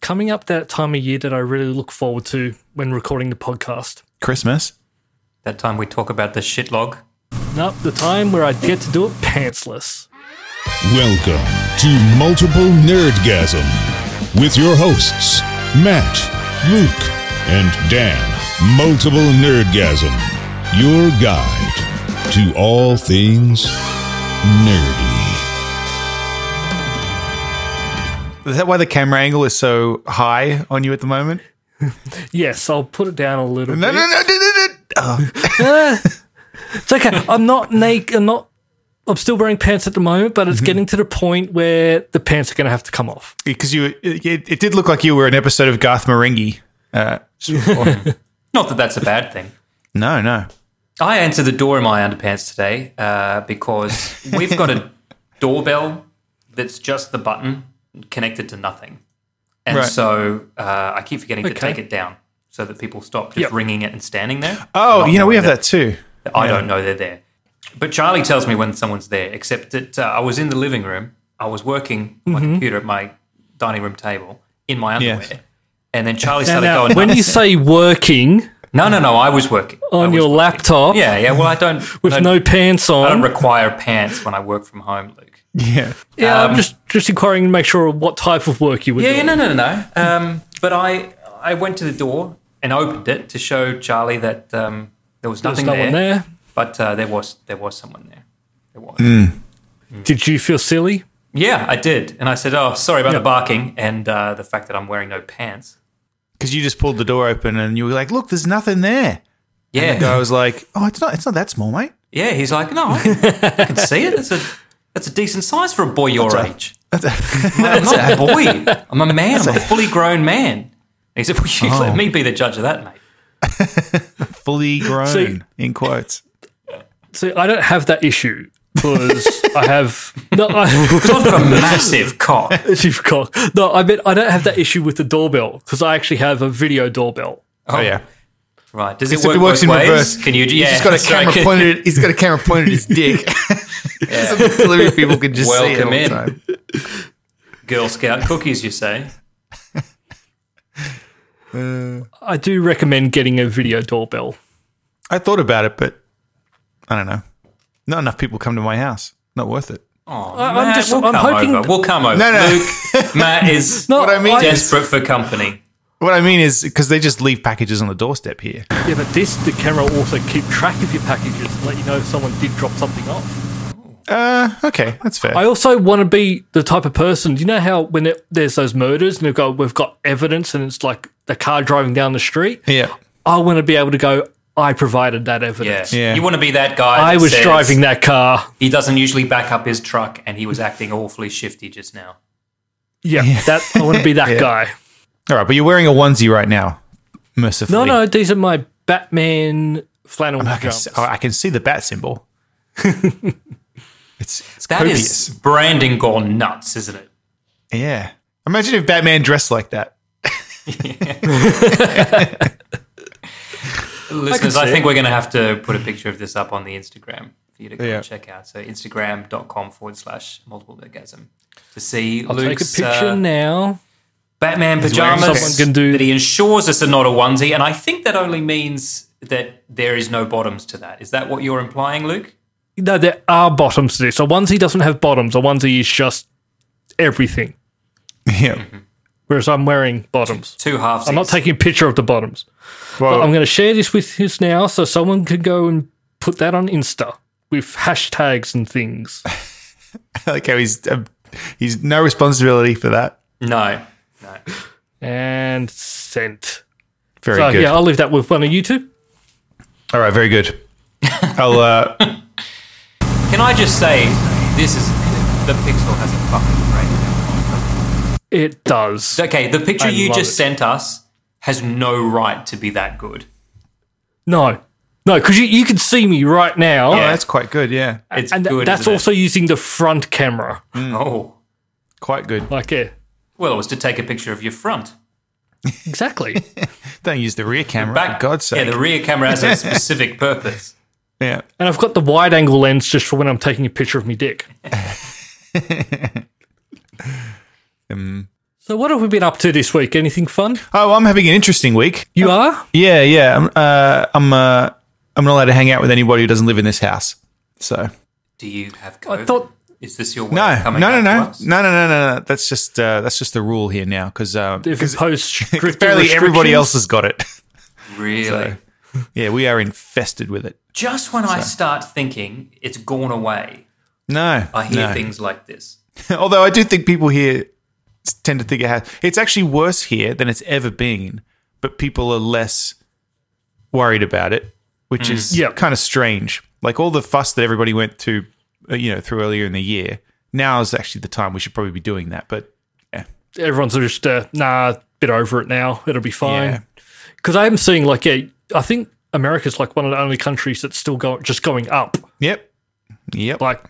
coming up that time of year that I really look forward to when recording the podcast. Christmas. That time we talk about the shitlog. Nope, the time where I get to do it pantsless. Welcome to Multiple Nerdgasm with your hosts, Matt, Luke, and Dan. Multiple Nerdgasm, your guide to all things nerdy. Is that why the camera angle is so high on you at the moment? Yes, I'll put it down a little No, bit. no, no, no, no, no. Oh, It's okay. I'm not naked. I'm not. I'm still wearing pants at the moment, but it's Mm-hmm. getting to the point where the pants are going to have to come off. because you, it, it did look like you were an episode of Garth Marenghi. Uh, just before. Not that that's a bad thing. no, no. I answered the door in my underpants today uh, because we've got a doorbell that's just the button connected to nothing. And Right. so uh, I keep forgetting to Okay. take it down so that people stop just Yep. ringing it and standing there. Oh, Not you know, we knowing have that too. I don't know they're there. But Charlie tells me when someone's there, except that uh, I was in the living room. I was working on my computer at my dining room table in my underwear. Mm-hmm. Yes. And then Charlie And started now, going, when you say working No, no, no, I was working. I on was your working. laptop Yeah, yeah. Well, I don't. with I no pants I don't on, require pants when I work from home, Luke. Yeah. yeah, I'm just just inquiring to make sure what type of work you were um, Yeah, yeah, doing. no, no, no, no. Um, but I, I went to the door and opened it to show Charlie that um, there was There's nothing no there, one there. But uh, there was, there was someone there. There was. Did you feel silly? Yeah, I did, and I said, "Oh, sorry about Yeah. the barking and uh, the fact that I'm wearing no pants." Because you just pulled the door open and you were like, look, there's nothing there. Yeah, The guy was like, oh, it's not, it's not that small, mate. yeah. He's like, "No, I can, I can see it. It's a, it's a decent size for a boy your That's a- age. That's a- I'm not a boy. I'm a man. I'm a fully grown man." And he said, "Well, you Oh. let me be the judge of that, mate." fully grown, See- in quotes. See, I don't have that issue because I have no. I, I've got a massive cock. Chief Cock. No, I mean I don't have that issue with the doorbell because I actually have a video doorbell. Oh, yeah. Right? Does it Except work it works both in ways? reverse. Can you? Yeah. He's got a so I camera can- pointed. He's got a camera pointed at his dick. so the delivery people can just see it Welcome all the in. time. Girl Scout cookies, you say? I do recommend getting a video doorbell. I thought about it, but I don't know. Not enough people come to my house. Not worth it. Oh, I'm Matt, just- We'll I'm come hoping- over. We'll come over. No, no. Luke, Matt is No, What I mean is- desperate for company. What I mean is because they just leave packages on the doorstep here. yeah, but this the camera will also keep track of your packages to let you know if someone did drop something off. Uh, okay, that's fair. I also want to be the type of person. You know how when it, there's those murders and they've got we've got evidence and it's like the car driving down the street. yeah, I want to be able to go. I provided that Yeah. evidence. Yeah. You want to be that guy. I that was says driving that car. He doesn't usually back up his truck, and he was acting awfully shifty just now. Yeah, that I want to be that guy. all right. But you're wearing a onesie right now, mercifully. No, no, these are my Batman flannel I can, pajamas. see, I can see the bat symbol. it's it's That copious. is branding gone nuts, isn't it? Yeah. Imagine if Batman dressed like that. Listeners, I, see think we're going to have to put a picture of this up on the Instagram for you to go Yeah. and check out. So instagram.com forward slash multiple orgasm to see I'll take a Luke's picture uh, now. Batman wearing pajamas Someone can do- that he ensures us are not a onesie. And I think that only means that there is no bottoms to that. Is that what you're implying, Luke? No, there are bottoms to this. A onesie doesn't have bottoms. A onesie is just everything. Yeah. Whereas I'm wearing bottoms. Two halves. I'm not taking a picture of the bottoms. But I'm going to share this with us now so someone can go and put that on Insta with hashtags and things. I like how he's um, he's no responsibility for that. No. No. And sent. Very So, good. yeah, I'll leave that with one of you two. All right, very good. I'll uh, Can I just say, this is the pixel has a fucking brain. It does. Okay, the picture I you love just it. sent us has no right to be that good. No. No, because you, you can see me right now. oh, that's quite good. Yeah, It's and th- good. that's isn't it? also using the front camera. oh. quite good. Like, yeah, Well, it was to take a picture of your front. exactly. Don't use the rear camera. Back. for God's sake. Yeah, the rear camera has a specific purpose. Yeah. and I've got the wide angle lens just for when I'm taking a picture of me dick. So, what have we been up to this week? Anything fun? Oh, I'm having an interesting week. You are? Yeah, yeah. I'm uh, I'm uh, I'm not allowed to hang out with anybody who doesn't live in this house. So Do you have COVID? thought- Is this your way no, of no, coming no, no, out to no, us? no, no, no, no. That's just uh, that's just the rule here now because They've imposed strict barely restrictions. everybody else has got it. Really? yeah, we are infested with it. Just when I start thinking it's gone away, No, I hear no. things like this. Although I do think people here tend to think it has. It's actually worse here than it's ever been, but people are less worried about it, which is Yep. kind of strange. Like all the fuss that everybody went to, uh, you know, through earlier in the year. Now is actually the time we should probably be doing that. But Everyone's just, uh, nah, bit over it now. It'll be yeah, fine. Because I'm seeing, like, yeah, I think America's like one of the only countries that's still go- just going up, yep, yep. like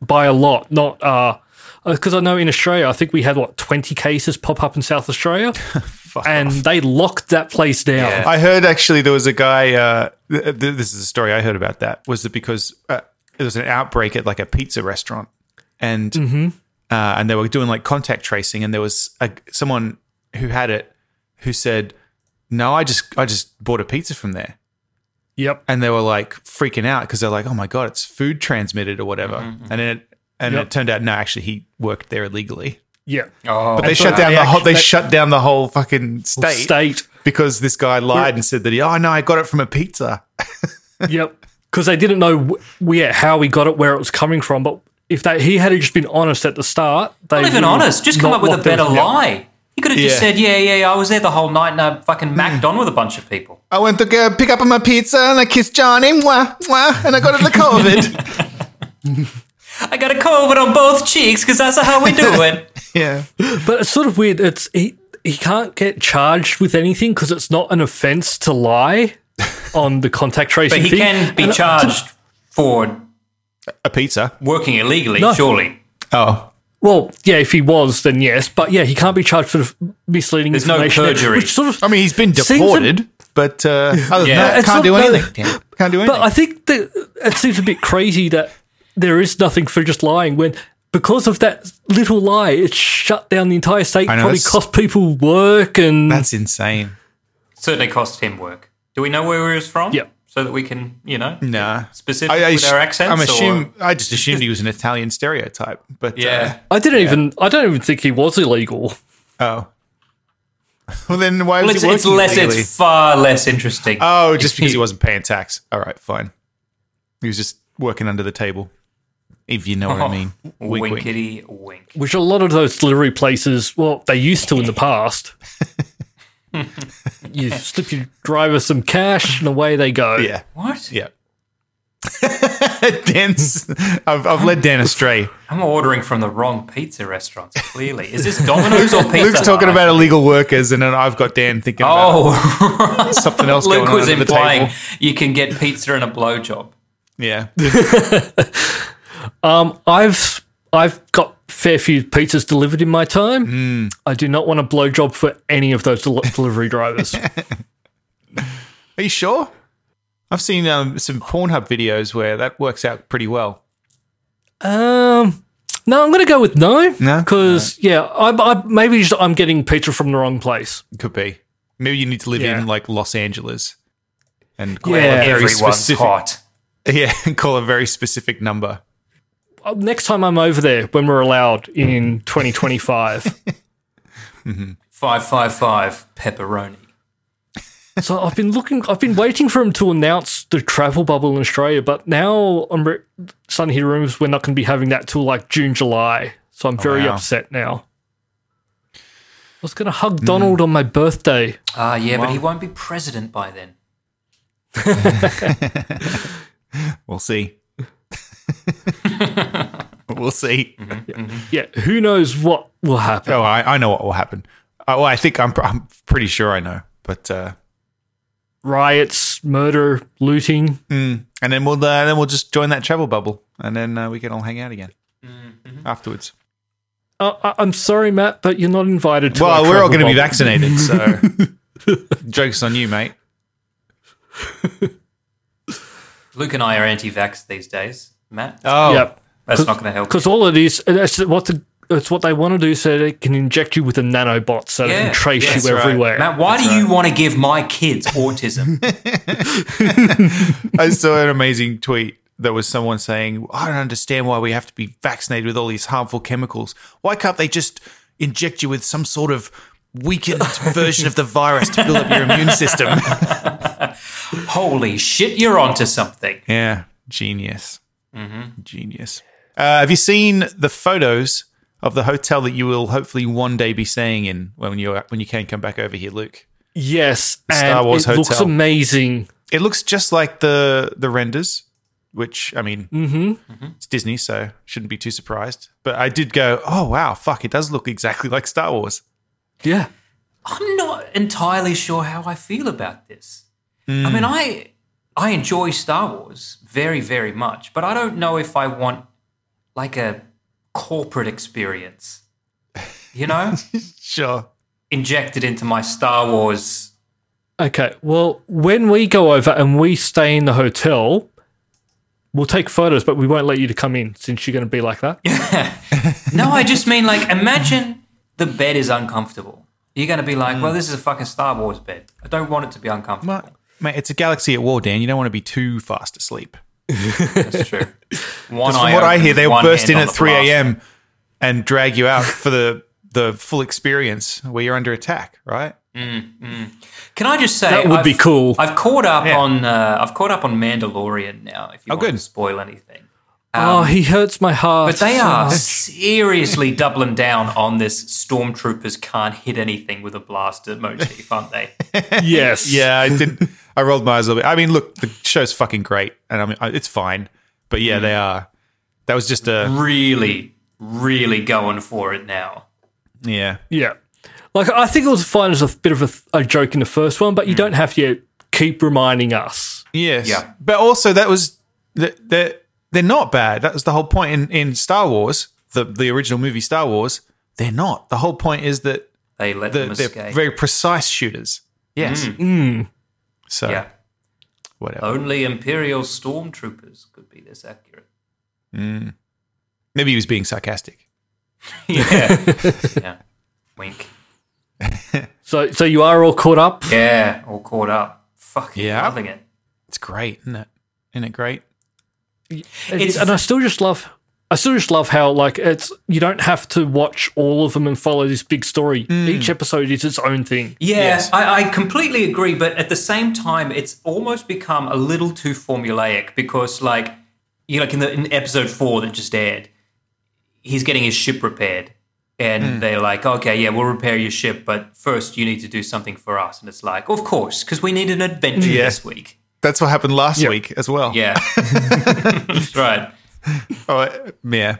by a lot, not. uh because I know in Australia, I think we had what twenty cases pop up in South Australia, and they locked that place down. Yeah. I heard actually there was a guy. Uh, th- th- this is a story I heard about that. Was that because uh, there was an outbreak at like a pizza restaurant, and uh, and they were doing like contact tracing, and there was a, someone who had it who said, "No, I just I just bought a pizza from there," Yep. and they were like freaking out because they're like, "Oh my god, it's food transmitted or whatever," and then it, and Yep. it turned out no, actually he worked there illegally. Yeah. Oh, They And so shut down they the whole. act- They they- shut down the whole fucking state State. because this guy lied and said that he, oh no, I got it from a pizza. Yep. Because they didn't know wh- yeah, how he got it, where it was coming from. But if they, he had just been honest at the start, they not even would honest. Just come not up with a lock them better down. lie. You could have just Yeah. said, yeah, yeah, yeah, I was there the whole night and I fucking macked on with a bunch of people. I went to go pick up my pizza and I kissed Johnny, mwah, mwah, and I got it the COVID. I got a COVID on both cheeks because that's how we do it. yeah. But it's sort of weird. It's he he can't get charged with anything because it's not an offence to lie on the contact tracing. But he thing. can be And I- charged for A pizza. working illegally, No. surely. Oh. Well, yeah, if he was, then yes. But yeah, he can't be charged for misleading There's no information. perjury. Which sort of, I mean, he's been Seems a- deported, but uh, other Yeah. than that, It's can't not do, bad. anything. Can't do anything. But I think that it seems a bit crazy that there is nothing for just lying when. Because of that little lie, it shut down the entire state. I know, probably that's- cost people work and That's insane. Certainly cost him work. Do we know where he was from? Yep. So that we can, you know, Nah. specific with assu- our accents? I'm or- assume, I just assumed he was an Italian stereotype, but Yeah. I didn't even. I don't even think he was illegal. uh, oh, well then why Well, was it's, he it's working less. illegally? It's far less interesting. oh, just because he wasn't paying tax. All right, fine. He was just working under the table, if you know what I mean. Wink, wink. Winkety Oh, wink. Which a lot of those delivery places, well, they used to in the past. you slip your driver some cash, and away they go. Yeah. What? Yeah. Dan's, I've, I've led Dan astray. I'm ordering from the wrong pizza restaurants. Clearly, is this Domino's or Pizza? Luke's talking Hut? about illegal workers, and then I've got Dan thinking about Oh, something else Luke going on was under the implying table. you can get pizza and a blowjob. Yeah. I've I've got fair few pizzas delivered in my time. Hmm. I do not want a blowjob for any of those del- delivery drivers. Are you sure? I've seen um, some Pornhub videos where that works out pretty well. um, no, I'm going to go with no. No? because yeah, I, I maybe just, I'm getting pizza from the wrong place. Could be. Maybe you need to live Yeah. in like Los Angeles and call, Yeah. a, very Everyone's specific, hot. yeah, and call a very specific number. Uh, Next time I'm over there, when we're allowed in 2025. Five five five pepperoni. So I've been looking, I've been waiting for him to announce the travel bubble in Australia, but now I'm re- starting to hear rumors we're not going to be having that till like June, July. So I'm very Oh, wow. upset now. I was going to Hmm. hug Donald on my birthday. Ah, yeah, but he won't be president by then. We'll see. we'll see. Yeah, who knows what will happen? Oh, I, I know what will happen. Uh, well, I think I'm, pr- I'm pretty sure I know, but uh, Riots, murder, looting. and then we'll uh, then we'll just join that travel bubble, and then uh, we can all hang out again afterwards. Uh, I- I'm sorry, Matt, but you're not invited to. well, our we're travel all going to be bubble. vaccinated, so jokes on you, mate. Luke and I are anti-vax these days. Matt, Oh, Yep. that's not going to help. Because all it is, that's what the it's what they want to do so they can inject you with a nanobot so they Yeah, can trace that's you right. everywhere. Matt, why do you want to give my kids autism? I saw an amazing tweet that was someone saying, I don't understand why we have to be vaccinated with all these harmful chemicals. Why can't they just inject you with some sort of weakened version of the virus to build up your immune system? Holy shit, you're onto something. yeah, genius. Genius. Uh, have you seen the photos of the hotel that you will hopefully one day be staying in when you when you can come back over here, Luke? Yes, and Star Wars it looks hotel. amazing. It looks just like the the renders, which I mean, it's Disney, so shouldn't be too surprised. But I did go, oh wow, fuck, it does look exactly like Star Wars. Yeah. I'm not entirely sure how I feel about this. I mean, I I enjoy Star Wars very very much, but I don't know if I want like a corporate experience. You know, Sure. injected into my Star Wars. Okay. Well, when we go over and we stay in the hotel, we'll take photos, but we won't let you to come in since you're going to be like that. No, I just mean like imagine the bed is uncomfortable. You're going to be like, well, this is a fucking Star Wars bed. I don't want it to be uncomfortable. But, mate, it's a galaxy at war, Dan. You don't want to be too fast asleep. That's true. One From eye what I open, hear, they'll one burst hand in on at the 3 blaster. a.m. and drag you out for the the full experience where you're under attack, right? Can I just say That would I've- be cool. I've caught up Yeah. on uh, I've caught up on Mandalorian now. If you Oh, want good. to spoil anything, oh, he hurts my heart. but they so are much. seriously doubling down on this. Stormtroopers can't hit anything with a blaster motif, aren't they? yes. Yeah, I did. I rolled my eyes a little bit. I mean, look, the show's fucking great, and I mean, I- it's fine. But yeah, they are. That was just a Really, really going for it now. yeah. Yeah. Like, I think it was fine as a bit of a, a joke in the first one, but you don't have to keep reminding us. Yes. Yeah. But also that was that they're, they're not bad. That was the whole point in, in Star Wars, the the original movie Star Wars. They're not. The whole point is that They let the, them they're escape. very precise shooters. Yes. Oh. So yeah, whatever. only Imperial stormtroopers could be this accurate. Maybe he was being sarcastic. Yeah, yeah. Wink. So, so you are all caught up. Yeah, all caught up. Fucking Yeah. loving it. It's great, isn't it? Isn't it great? It's- and I still just love. I still just love how like it's you don't have to watch all of them and follow this big story. Each episode is its own thing. Yeah, Yes. I, I completely agree, but at the same time, it's almost become a little too formulaic because, like, you know, like in the in episode four that just aired, he's getting his ship repaired, and Hmm. they're like, "Okay, yeah, we'll repair your ship, but first you need to do something for us." And it's like, "Of course, because we need an adventure Hmm. Yeah. this week." That's what happened last week as well. Yeah, That's right. Oh, uh, yeah.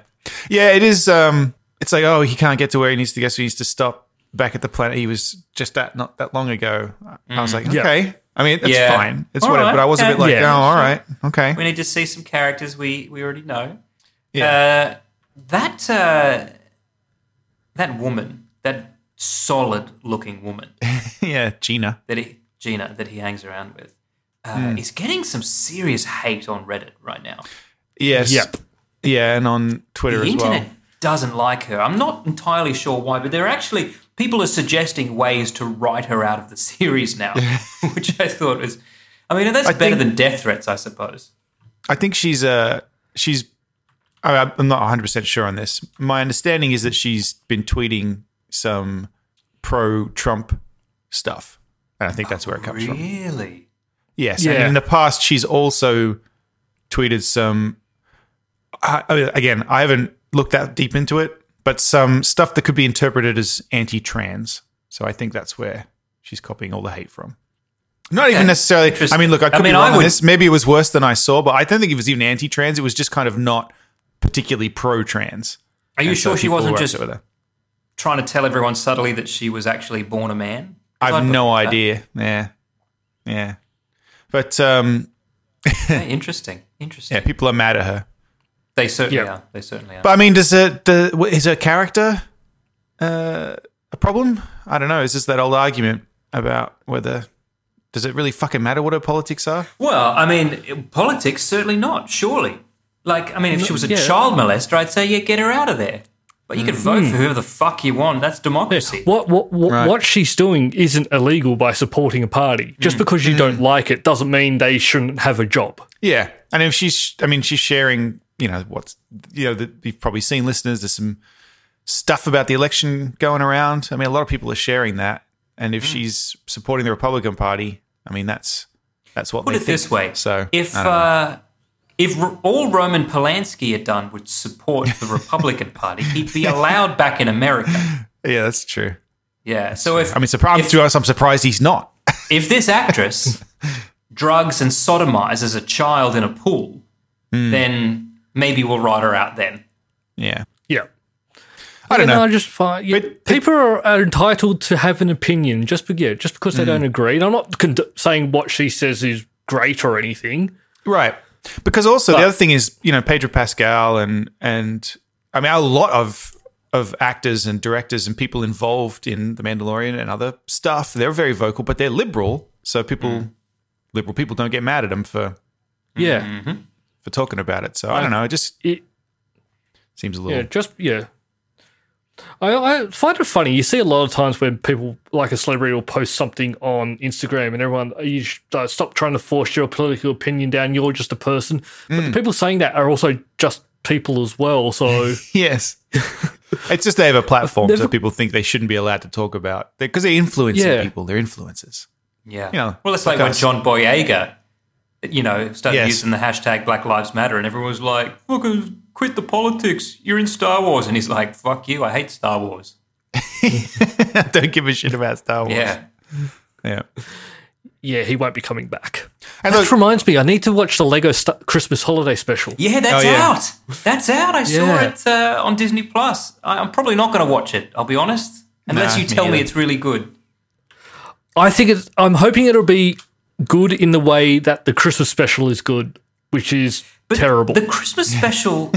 Yeah, it is. Um, it's like, oh, he can't get to where he needs to go, so he needs to stop back at the planet he was just at not that long ago. I was like, okay. I mean, it's Yeah. fine. It's All whatever. right. But I was a bit Yeah. like, Yeah. oh, all right. Okay. We need to see some characters we we already know. Yeah. Uh, that uh, that woman, that solid-looking woman. yeah, Gina. that he, Gina that he hangs around with uh, is getting some serious hate on Reddit right now. Yes. Yep. Yeah, and on Twitter The as well. internet doesn't like her. I'm not entirely sure why, but they're actually people are suggesting ways to write her out of the series now, which I thought was. I mean, that's I better think- than death threats, I suppose. I think she's uh she's I, I'm not 100 percent sure on this. My understanding is that she's been tweeting some pro-Trump stuff, and I think that's where it comes from. Really? Yes, and Yeah. in the past she's also tweeted some. I, I- again, I haven't looked that deep into it, but some stuff that could be interpreted as anti-trans. So I think that's where she's copying all the hate from. Not even necessarily. I mean, look, I I could mean, be I wrong on would- this. Maybe it was worse than I saw, but I don't think it was even anti-trans. It was just kind of not particularly pro-trans. Are you And so sure she people wasn't were just upset with her. trying to tell everyone subtly that she was actually born a man? I've no idea. Yeah, yeah, but um, Yeah, interesting. Interesting. yeah, people are mad at her. They certainly Yeah. are. They certainly are. But I mean, does it do, wh- is her character uh, a problem? I don't know. It's just that old argument about whether does it really fucking matter what her politics are? Well, I mean, politics certainly not. Surely, like, I mean, if she was a yeah. child molester, I'd say, yeah, get her out of there. But you can Mm. vote for whoever the fuck you want. That's democracy. What what what, Right. what she's doing isn't illegal by supporting a party. Mm. Just because you don't like it doesn't mean they shouldn't have a job. Yeah, and if she's, I mean, she's sharing, you know, what's, you know, that you've probably seen, listeners. There's some stuff about the election going around. I mean, a lot of people are sharing that, and Hmm. if she's supporting the Republican Party, I mean, that's that's what Put they it think. this way: So if I don't know. uh, if R- all Roman Polanski had done would support the Republican Party, he'd be allowed back in America. yeah, that's true. Yeah. So if I mean, surprised. uh, if- to us, I'm surprised he's not. if this actress drugs and sodomizes a child in a pool, Hmm. then maybe we'll write her out then. Yeah, Yeah. I don't Yeah, know. No, just fine. Yeah, But it- people are, are entitled to have an opinion just, be, yeah, just because they Mm. don't agree. And I'm not cond- saying what she says is great or anything. Right. Because also the other thing is, you know, Pedro Pascal and and I mean a lot of of actors and directors and people involved in The Mandalorian and other stuff, they're very vocal, but they're liberal. So people Mm. liberal people don't get mad at them for Yeah. Mm. for talking about it. So I don't know, it just It- seems a Yeah, little just yeah. I, I find it funny. You see a lot of times when people, like a celebrity, will post something on Instagram, and everyone "Oh, you sh- uh, stop trying to force your political opinion down. You're just a person. But the people saying that are also just people as well. So Yes. it's just they have a platform They've- so people think they shouldn't be allowed to talk about because they're influencing Yeah. people, they're influencers. Yeah. You know, well, it's like when because- John Boyega, you know, started Yes. using the hashtag Black Lives Matter, and everyone was like, "Look, quit the politics. You're in Star Wars," and he's like, "Fuck you. I hate Star Wars." don't give a shit about Star Wars. Yeah. Yeah. yeah, he won't be coming back. And that look- reminds me, I need to watch the Lego st- Christmas Holiday Special. Yeah, that's Oh, yeah. out. That's out. I saw Yeah. it uh, on Disney Plus. I- I'm probably not going to watch it. I'll be honest, unless Nah, me you tell me neither. it's really good. I think it's. I'm hoping it'll be good in the way that the Christmas Special is good, which is terrible. The Christmas special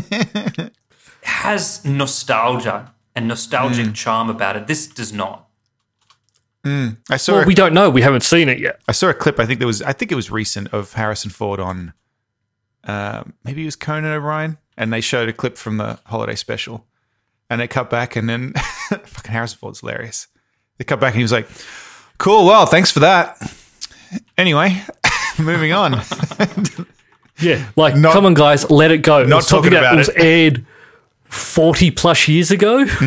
has nostalgia and nostalgic charm about it. This does not. I saw well, a we don't know. We haven't seen it yet. I saw a clip. I think there was. I think it was recent of Harrison Ford on. Uh, maybe it was Conan O'Brien, and they showed a clip from the holiday special, and they cut back, and then fucking Harrison Ford's hilarious. They cut back, and he was like, "Cool, well, thanks for that." Anyway, moving on. Yeah, like Not- come on, guys, let it go. not It's something talking that about was it. aired forty plus years ago. Is it 40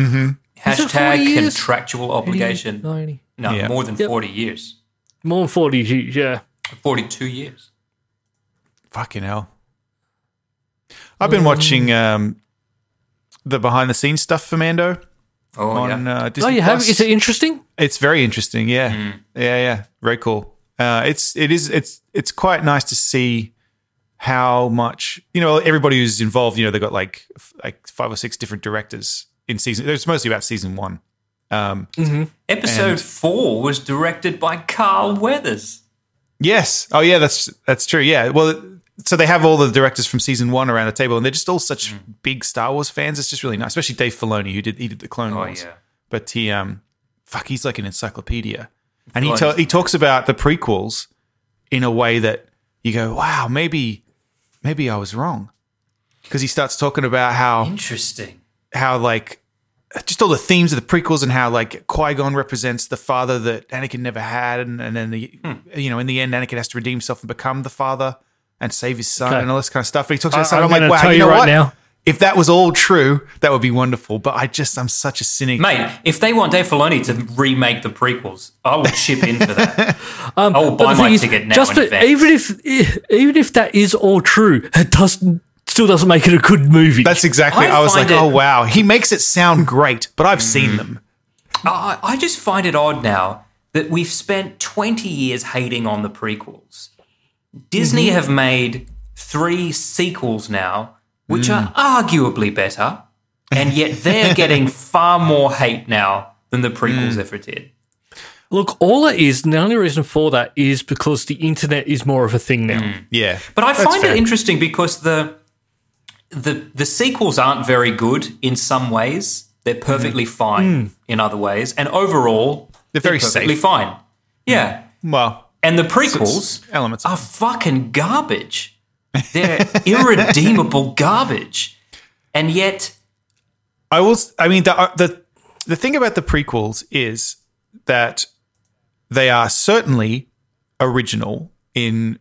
Hashtag years? contractual obligation. 90. No, Yeah. more than Yep. 40 years. More than forty. years, Yeah, 42 years. fucking hell. I've been watching um, the behind-the-scenes stuff for Mando Oh, on yeah. uh, oh, Disney. you have. Plus. Is it interesting? It's very interesting. Yeah, Mm. yeah, yeah. Very cool. Uh, it's it is it's it's quite nice to see how much you know everybody who's involved. You know, they got like f- like five or six different directors in season. It's mostly about season one. Um, Episode and- 4 was directed by Carl Weathers. Yes. Oh yeah, that's that's true. Yeah. Well, so they have all the directors from season one around the table, and they're just all such Mm. big Star Wars fans. It's just really nice, especially Dave Filoni, who did he did the Clone Oh, Wars. yeah. But he um, fuck, he's like an encyclopedia, and he Right. ta- he talks about the prequels in a way that you go, wow, maybe maybe I was wrong, because he starts talking about how Interesting. how like just all the themes of the prequels and how like Qui Gon represents the father that Anakin never had, and, and then the you know in the end Anakin has to redeem himself and become the father and save his son Okay. and all this kind of stuff. And he talks I- about that. I'm I'm, like, gonna wow, tell you you know right what? now. If that was all true, that would be wonderful. But I just I'm such a cynic. Mate, if they want Dave Filoni to remake the prequels, I will chip in for that. I will Um, But buy the my thing is, ticket now Just in that- advance. even if even if that is all true, it doesn't still doesn't make it a good movie. That's exactly. I I, was find like, it- Mm. oh wow, he makes it sound great, but I've seen them. I, I just find it odd now that we've spent 20 years hating on the prequels. Disney Mm-hmm. have made three sequels now, which Mm. are arguably better, and yet they're getting far more hate now than the prequels Mm. ever did. Look, all it is, and the only reason for that is because the internet is more of a thing now. Mm. Yeah, But I That's find fair. it interesting because the the the sequels aren't very good in some ways. They're Mm. perfectly fine in other ways, and overall, They're very perfectly safe. fine. Yeah, Well, and the prequels elements. are fucking garbage. They're irredeemable garbage, and yet I will. s- I mean, the uh, the the thing about the prequels is that they are certainly original in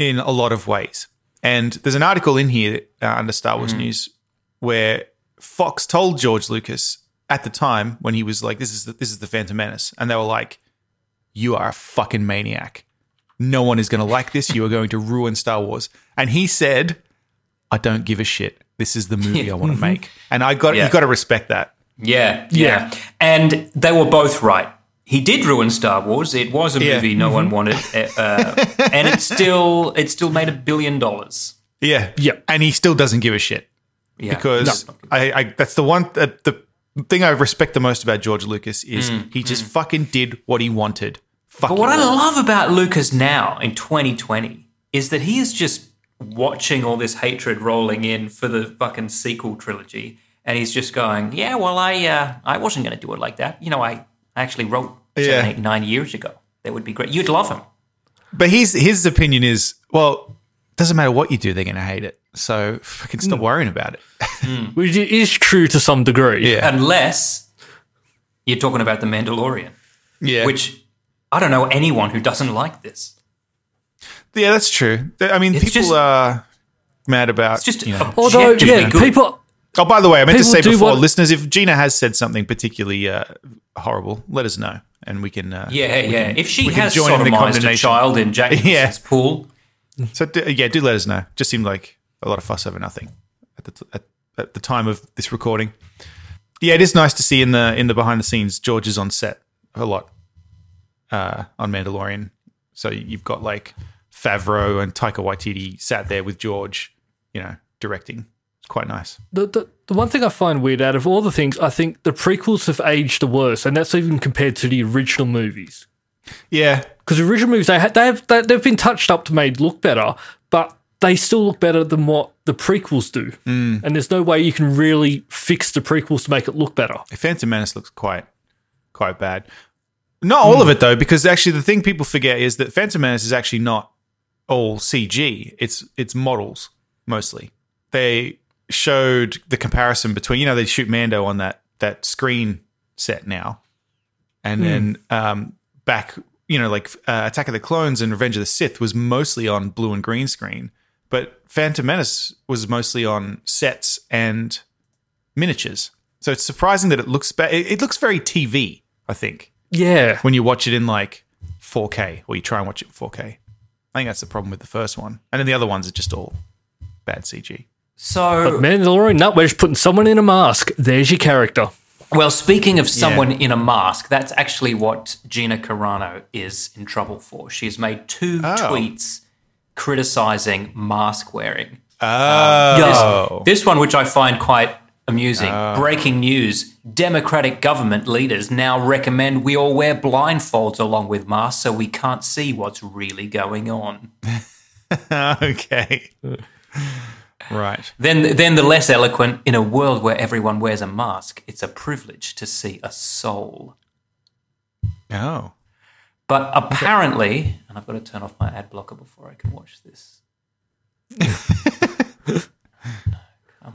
in a lot of ways. And there's an article in here uh, under Star Wars News where Fox told George Lucas at the time when he was like, "This is the, this is the Phantom Menace," and they were like, "You are a fucking maniac. No one is going to like this. You are going to ruin Star Wars." And he said. I don't give a shit. This is the movie I want to make, and I got Yeah. you got to respect that. Yeah, yeah, And they were both right. He did ruin Star Wars. It was a Yeah. Mm-hmm. movie no one wanted, uh, uh, and it still it still made a billion dollars. Yeah, Yeah. And he still doesn't give a shit Yeah. because I, I that's the one that the thing I respect the most about George Lucas is he just fucking did what he wanted. Fuck Mm. But what I you. love about Lucas now in 2020 is that he is just watching all this hatred rolling in for the fucking sequel trilogy, and he's just going, "Yeah, well, I uh, I wasn't going to do it like that. You know, I actually wrote seven, Yeah. eight, nine years ago. That would be great. You'd love him. but his his opinion is well, doesn't matter what you do, they're going to hate it. So fucking Mm. stop worrying about it. Which i- is true to some degree. Yeah. Unless you're talking about The Mandalorian, Yeah, which I don't know anyone who doesn't like this. yeah, that's true. I mean, It's people just- are mad about It's just you know. Although, objectively yeah, good. people. Oh, by the way, I meant to People say do before, want- listeners, if Gina has said something particularly uh, horrible, let us know, and we can. Uh, yeah, yeah. if she can has join in the sodomized a condemnation. child in Jack Yeah. Nicholson's pool, So do, yeah, do let us know. Just seemed like a lot of fuss over nothing at the t- at, at the time of this recording. Yeah, it is nice to see in the in the behind the scenes. George is on set a lot uh, on Mandalorian, so you've got like Favreau and Taika Waititi sat there with George, you know, directing. It's quite nice. The, the, the one thing I find weird out of all the things, I think the prequels have aged the worst, and that's even compared to the original movies. Yeah, Because the original movies, they ha- they have they, they've been touched up to made look better, but they still look better than what the prequels do. Mm. And there's no way you can really fix the prequels to make it look better. Phantom Menace looks quite quite bad. Not all of it though, because actually the thing people forget is that Phantom Menace is actually not all CG. It's it's models mostly. They showed the comparison between you know they shoot Mando on that that screen set now, and then um, back you know like uh, Attack of the Clones and Revenge of the Sith was mostly on blue and green screen, but Phantom Menace was mostly on sets and miniatures. So it's surprising that it looks ba- it, it looks very TV. I think Yeah, when you watch it in like 4K or you try and watch it in 4K, I think that's the problem with the first one. And then the other ones are just all bad CG. so Mandalorian. No, we're just putting someone in a mask. There's your character. Well, speaking of someone in a mask, that's actually what Gina Carano is in trouble for. She has made two Oh. tweets criticizing mask wearing. Uh, Oh, This one, which I find quite amusing. Breaking news Democratic government leaders now recommend we all wear blindfolds along with masks so we can't see what's really going on. okay, right. Then, then the less eloquent, in a world where everyone wears a mask, it's a privilege to see a soul. Oh, But apparently, and I've got to turn off my ad blocker before I can watch this.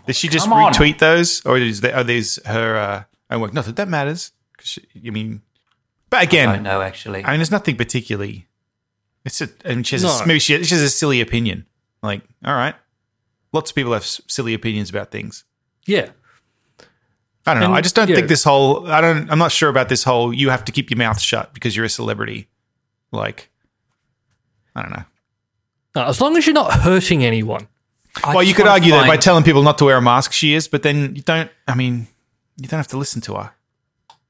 did she just Come on. retweet those, or is there, are these her uh, own work? Not that that matters, because you mean. But I again, don't know, actually. I mean, there's nothing particularly. It's a, I mean, she has No. a, maybe she, she has a silly opinion. Like, all right, lots of people have s- silly opinions about things. Yeah, I don't know. And, I just don't yeah. think this whole. I don't. I'm not sure about this whole. You have to keep your mouth shut because you're a celebrity. Like, I don't know. No, as long as you're not hurting anyone. I well, just you could wanna argue that by find- telling people not to wear a mask, she is. But then you don't. I mean, you don't have to listen to her.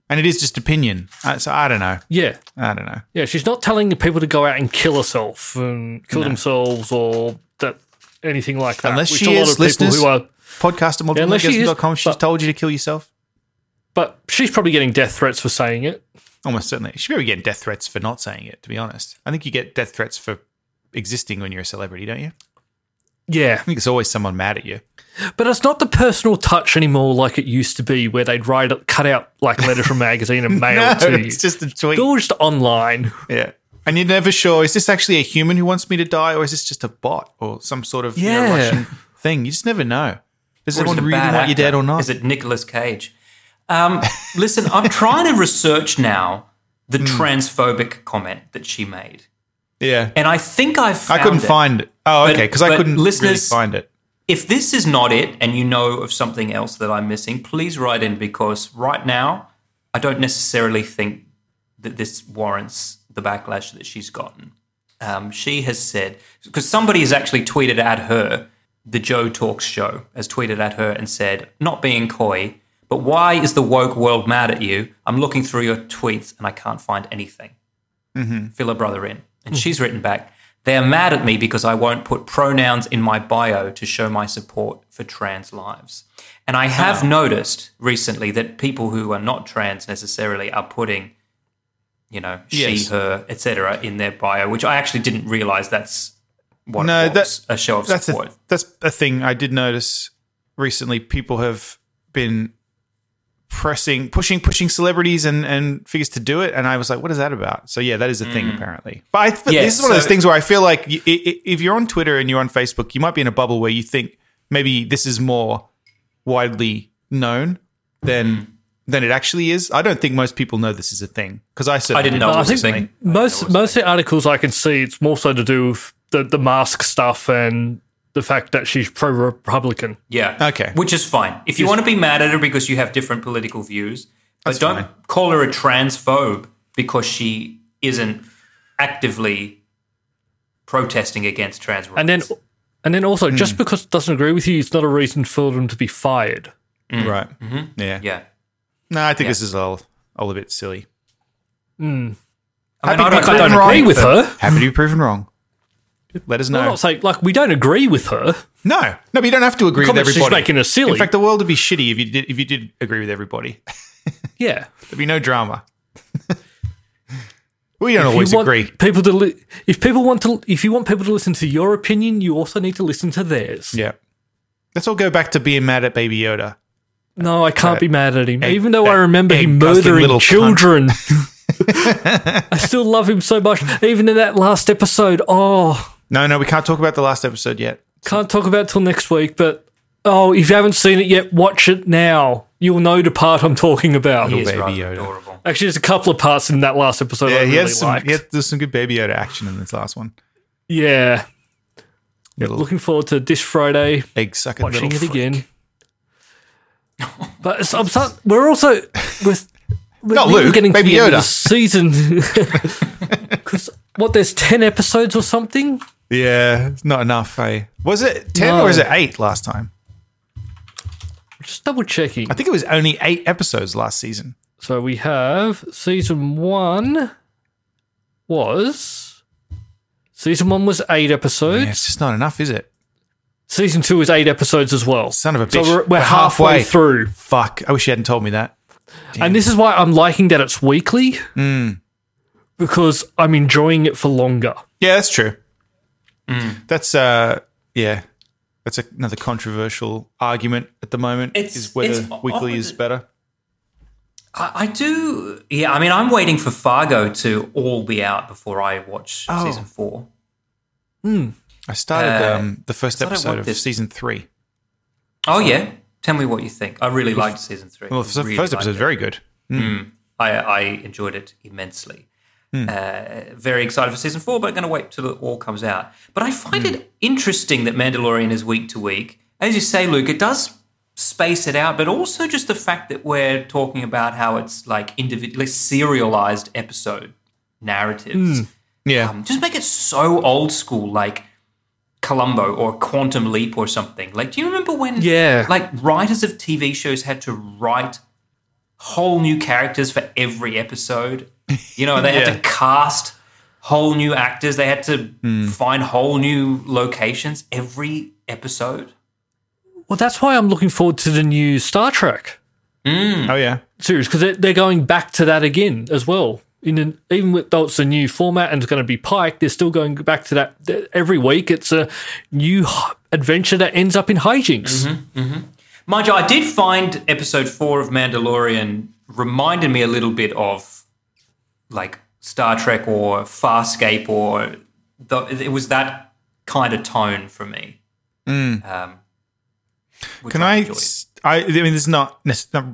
And it is just opinion. Uh, So I don't know. Yeah, I don't know. yeah. She's not telling the people to go out and kill herself and kill themselves or that anything like that. Unless which she a lot is, of people listeners. who are. Podcast at Yeah, unless she is, multiple.com. She's but- told you to kill yourself. But she's probably getting death threats for saying it. Almost certainly. You should probably get death threats for not saying it, to be honest. I think you get death threats for existing when you're a celebrity, don't you? I Yeah, think there's always someone mad at you. but it's not the personal touch anymore like it used to be, where they'd write it, cut out like a letter from a magazine and mail it to you. it's just a tweet. They're all just online. Yeah. And you're never sure is this actually a human who wants me to die or is this just a bot or some sort of you know, Yeah. Russian thing? You just never know. Does Or is anyone it a really bad want you actor? dead or not? Is it Nicolas Cage? Um, listen, I'm trying to research now the Hmm. transphobic comment that she made, yeah. and I think I found I couldn't it. find it. Oh, But- okay. Because I but couldn't really listeners- find it. If this is not it, and you know of something else that I'm missing, please write in because right now I don't necessarily think that this warrants the backlash that she's gotten. Um, she has said because somebody has actually tweeted at her. The Joe Talks show has tweeted at her and said, "Not being coy, but why is the woke world mad at you? I'm looking through your tweets and I can't find anything." Mm-hmm. fill a brother in. And she's written back, they are mad at me because I won't put pronouns in my bio to show my support for trans lives. And I have noticed recently that people who are not trans necessarily are putting, you know, she, Yes. her, etc., in their bio, which I actually didn't realize that's what No, it was, that- a show of That's support. a, that's a thing I did notice recently. People have been pressing, pushing, pushing celebrities and, and figures to do it. And I was like, what is that about? So, yeah, that is a thing, apparently. But I, but Mm. Yeah, this is one of those so- things where I feel like y- i- i- if you're on Twitter and you're on Facebook, you might be in a bubble where you think maybe this is more widely known Mm. than, than it actually is. I don't think most people know this is a thing because I certainly I didn't know I it was a think thing. most most of the articles I can see, it's more so to do with the, the mask stuff and the fact that she's pro Republican. Yeah. Okay. Which is fine. If you want to be mad at her because you have different political views, but don't fine. call her a transphobe because she isn't actively protesting against trans rights. And then and then also Hmm. just because it doesn't agree with you, it's not a reason for them to be fired. Right. Yeah. Mm. Mm-hmm. yeah. No, I think this is all, all a bit silly. I, Happy mean, I to don't, be I I don't don't proven agree wrong, with but- her. Happy to be proven wrong. Let us I'm know. not saying like we don't agree with her. No, no, but you don't have to agree with Comments everybody. she's making us silly. In fact, the world would be shitty if you did if you did agree with everybody. Yeah. There'd be no drama. we don't If you always want agree. People to li- if people want to if you want people to listen to your opinion, you also need to listen to theirs. Yeah. Let's all go back to being mad at Baby Yoda. No, I can't be mad at him. egg- Even though I that remember him egg-guzzling murdering little children. I still love him so much. Even in that last episode, oh, No, no, we can't talk about the last episode yet. can't talk about it till next week, but oh, if you haven't seen it yet, watch it now. You'll know the part I'm talking about. He is Baby rather Yoda. adorable. Actually, there's a couple of parts in that last episode I Yeah, really he has some liked. he has, there's some good Baby Yoda action in this last one. yeah. Your little Looking forward to this Friday. egg sucking watching little it freak. again. But it's, I'm sorry, we're also with we're Not nearly Luke, getting Baby to the end Yoda. of the season because what there's ten episodes or something. Yeah, it's not enough. Hey, was it ten No. or is it eight last time? Just double checking. I think it was only eight episodes last season. So we have season one was season one was eight episodes. Yeah, it's just not enough, is it? Season two is eight episodes as well. Son of a So bitch. we're, we're We're halfway, halfway. through, Fuck! I wish you hadn't told me that. and this is why I'm liking that it's weekly Mm. because I'm enjoying it for longer. Yeah, that's true. That's uh, yeah, that's another controversial argument at the moment. It's- is whether it's weekly is opposite. better. I, I do. Yeah, I mean, I'm waiting for Fargo to all be out before I watch Oh. season four. I started Uh, um, the first I don't episode want of this. season three. Oh, yeah. Tell me what you think. I really liked season three. Well, the Really first liked episode it. very good. I, I enjoyed it immensely. Uh, very excited for season four, but going to wait till it all comes out. But I find it interesting that Mandalorian is week to week. As you say, Luke, it does space it out, but also just the fact that we're talking about how it's like individually serialized episode narratives Yeah, um, just make it so old school, like Columbo or Quantum Leap or something. Like, do you remember when, Yeah. like writers of TV shows had to write whole new characters for every episode? You know, they Yeah. had to cast whole new actors. They had to find whole new locations every episode. Well, that's why I'm looking forward to the new Star Trek oh yeah, series because they're, they're going back to that again as well. In an, even with, though it's a new format and it's going to be Pike, they're still going back to that th- every week. It's a new h- adventure that ends up in hijinks. Mm-hmm. Mind you, I did find episode four of Mandalorian reminded me a little bit of like Star Trek or Farscape or the, it was that kind of tone for me. Um, which Mm. Can I? enjoyed. s- I, I mean, this is not, this is not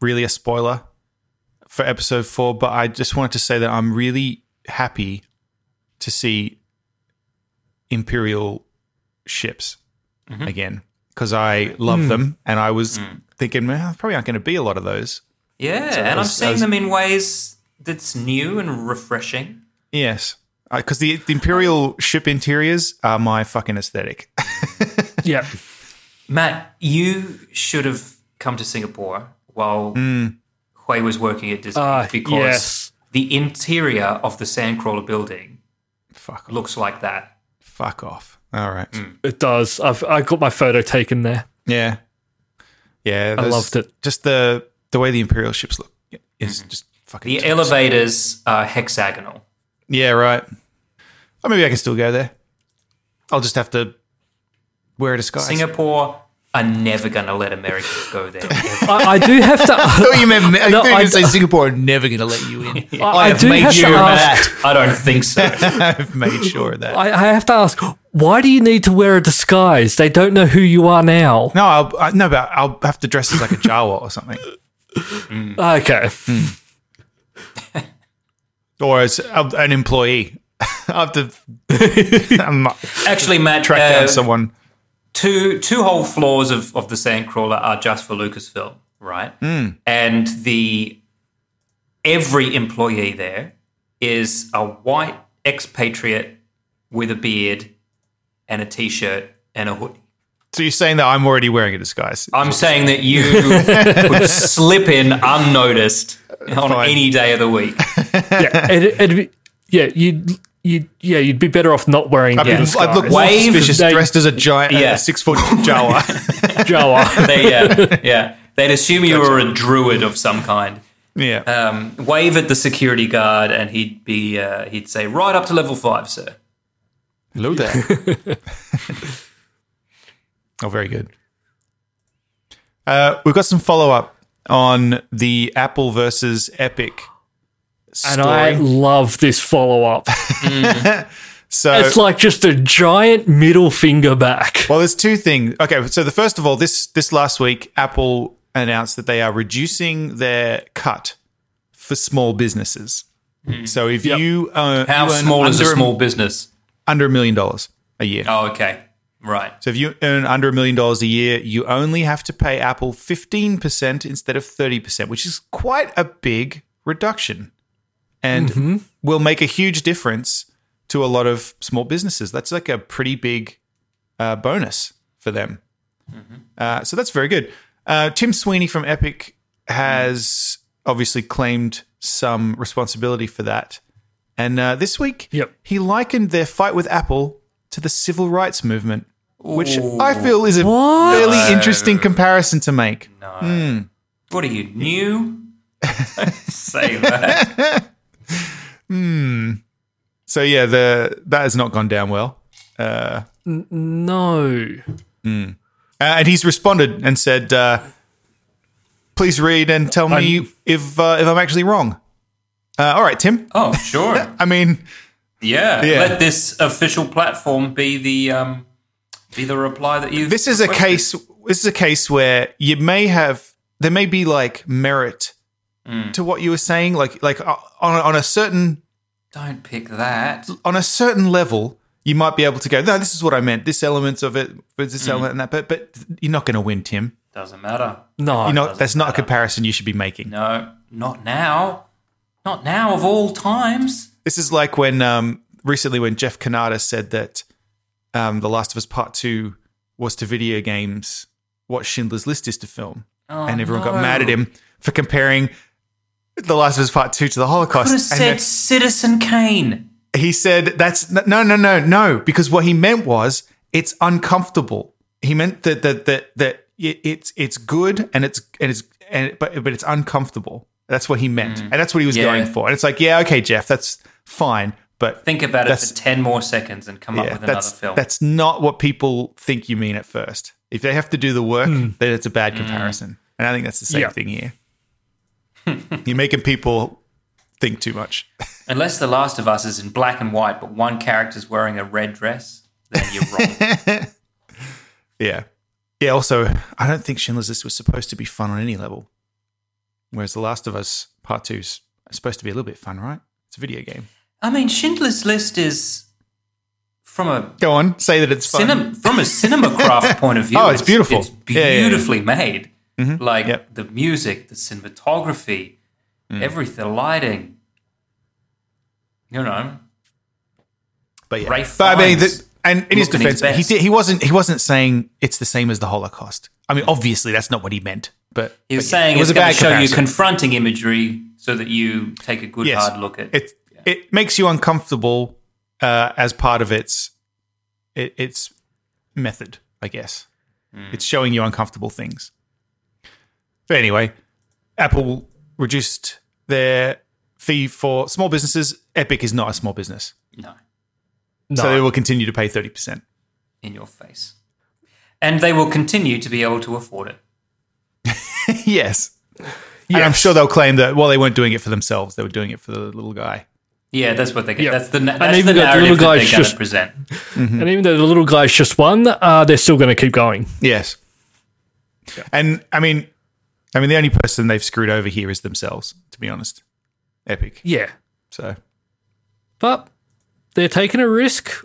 really a spoiler for episode four, but I just wanted to say that I'm really happy to see Imperial ships again because I love them, and I was thinking, man, there probably aren't going to be a lot of those. Yeah, So that and I'm was- that seeing was- them in ways that's new and refreshing. Yes, because the, the Imperial ship interiors are my fucking aesthetic. Yeah. Matt, you should have come to Singapore while Mm. Hui was working at Disney Ah, because yes. the interior of the Sandcrawler building Fuck, looks like that. fuck off. All right. It does. I've I got my photo taken there. Yeah, yeah. I those- loved it. Just the the way the imperial ships look is just fucking. The awesome. elevators are hexagonal. yeah, right. Or maybe I can still go there. I'll just have to wear a disguise. Singapore are never going to let Americans go there. I, I do have to. I thought you meant I No, thought you were I- gonna say Singapore are never going to let you in. I, I do have to ask. Oh, I don't think so. I've made sure of that. I, I have to ask. Why do you need to wear a disguise? They don't know who you are now. no, I'll, I, no, but I'll have to dress as like a Jawa or something, Okay. or as a, an employee. I have to. I'm not Actually, Matt, track uh, down someone. two two whole floors of, of the Sandcrawler are just for Lucasfilm, right? Hmm. And the every employee there is a white expatriate with a beard and a t-shirt and a hoodie. So you're saying that I'm already wearing a disguise? I'm saying that you would slip in unnoticed on Fine. any day of the week. Yeah. It, it'd be, yeah. You'd you yeah. You'd be better off not wearing. I'd, the be, I'd disguise. look more Wave, suspicious they- dressed as a giant, Yeah. uh, six foot Jawa. Jawa. They, yeah, yeah. They'd assume you were a druid of some kind. yeah. um, wave at the security guard, and he'd be uh, he'd say, "Right up to level five, sir." Hello there. oh, very good. Uh, we've got some follow up on the Apple versus Epic And I story. love this follow up. so, It's like just a giant middle finger back. well, there's two things. Okay, so the first of all, this this last week, Apple announced that they are reducing their cut for small businesses. So if you uh, Hmm. How you earn small is a under small business? under a million dollars a year. Oh, okay, right. So if you earn under a million dollars a year, you only have to pay Apple 15% instead of 30%, which is quite a big reduction and Mm-hmm. will make a huge difference to a lot of small businesses. That's like a pretty big uh, bonus for them. Uh, so that's very good. Uh, Tim Sweeney from Epic has obviously claimed some responsibility for that. And uh, this week, Yep. he likened their fight with Apple to the civil rights movement, which I feel is a What? fairly interesting comparison to make. No. What are you new? Don't say that. So yeah, the that has not gone down well. No. Uh, and he's responded and said, uh, "Please read and tell me if uh, if I'm actually wrong." Uh, all right, Tim. Oh, sure. I mean, Yeah. Yeah. Let this official platform be the um, be the reply that you. this is a case this is a case where you may have there may be like merit to what you were saying like like uh, on a, on a certain Don't pick that. on a certain level you might be able to go no this is what i meant this element of it was this element and that but but you're not going to win tim Doesn't matter. No. you know that's not a comparison you should be making No, not now. Not now of all times. this is like when um recently when jeff Kanata said that um the last of us part 2 was to video games what schindler's list is to film Oh, and everyone no. got mad at him for comparing The Last of Us Part Two to the Holocaust. Could have And said Citizen Kane. then he said, "That's no, no, no, no," because what he meant was it's uncomfortable. He meant that that that that it- it's it's good and it's and it's and but but it's uncomfortable. That's what he meant, and that's what he was Mm. Yeah. going for. And it's like, yeah, okay, Jeff, that's fine, but Think about That's- it for 10 more seconds and come up yeah, with another that's film. that's not what people think you mean at first. If they have to do the work, Hmm. then it's a bad comparison. And I think that's the same Yeah. thing here. You're making people think too much. Unless The Last of Us is in black and white, but one character's wearing a red dress, then you're wrong. Yeah. yeah, also, I don't think Schindler's List was supposed to be fun on any level. Whereas The Last of Us Part Two's supposed to be a little bit fun, right? It's a video game. I mean, Schindler's List is from a Go on, say that it's fun. cinema from a cinema craft point of view. Oh, it's beautiful. It's Yeah, yeah, yeah. beautifully made. Like Yep. the music, the cinematography, everything, the lighting. You know, But yeah, Ralph but I mean, Fiennes the, and in his looking his defense, he best. did, he wasn't he wasn't saying it's the same as the Holocaust. I mean, obviously that's not what he meant, but he was but yeah, saying it was it's a going bad to show you comparison. confronting imagery so that you take a good Yes. hard look at. it it makes you uncomfortable uh, as part of its it, its method, I guess. Hmm. It's showing you uncomfortable things. But anyway, Apple reduced their fee for small businesses. Epic is not a small business, no. No. so they will continue to pay thirty percent. in your face. And they will continue to be able to afford it. yes. And I'm sure they'll claim that well, they weren't doing it for themselves; they were doing it for the little guy. Yeah, that's what they get. Yeah. That's the, na- And that's even the got the narrative little that guys they're going just- to present. And even though the little guy's just won, uh, they're still going to keep going. Yes. And I mean, I mean, the only person they've screwed over here is themselves, to be honest. Epic. Yeah. So But they're taking a risk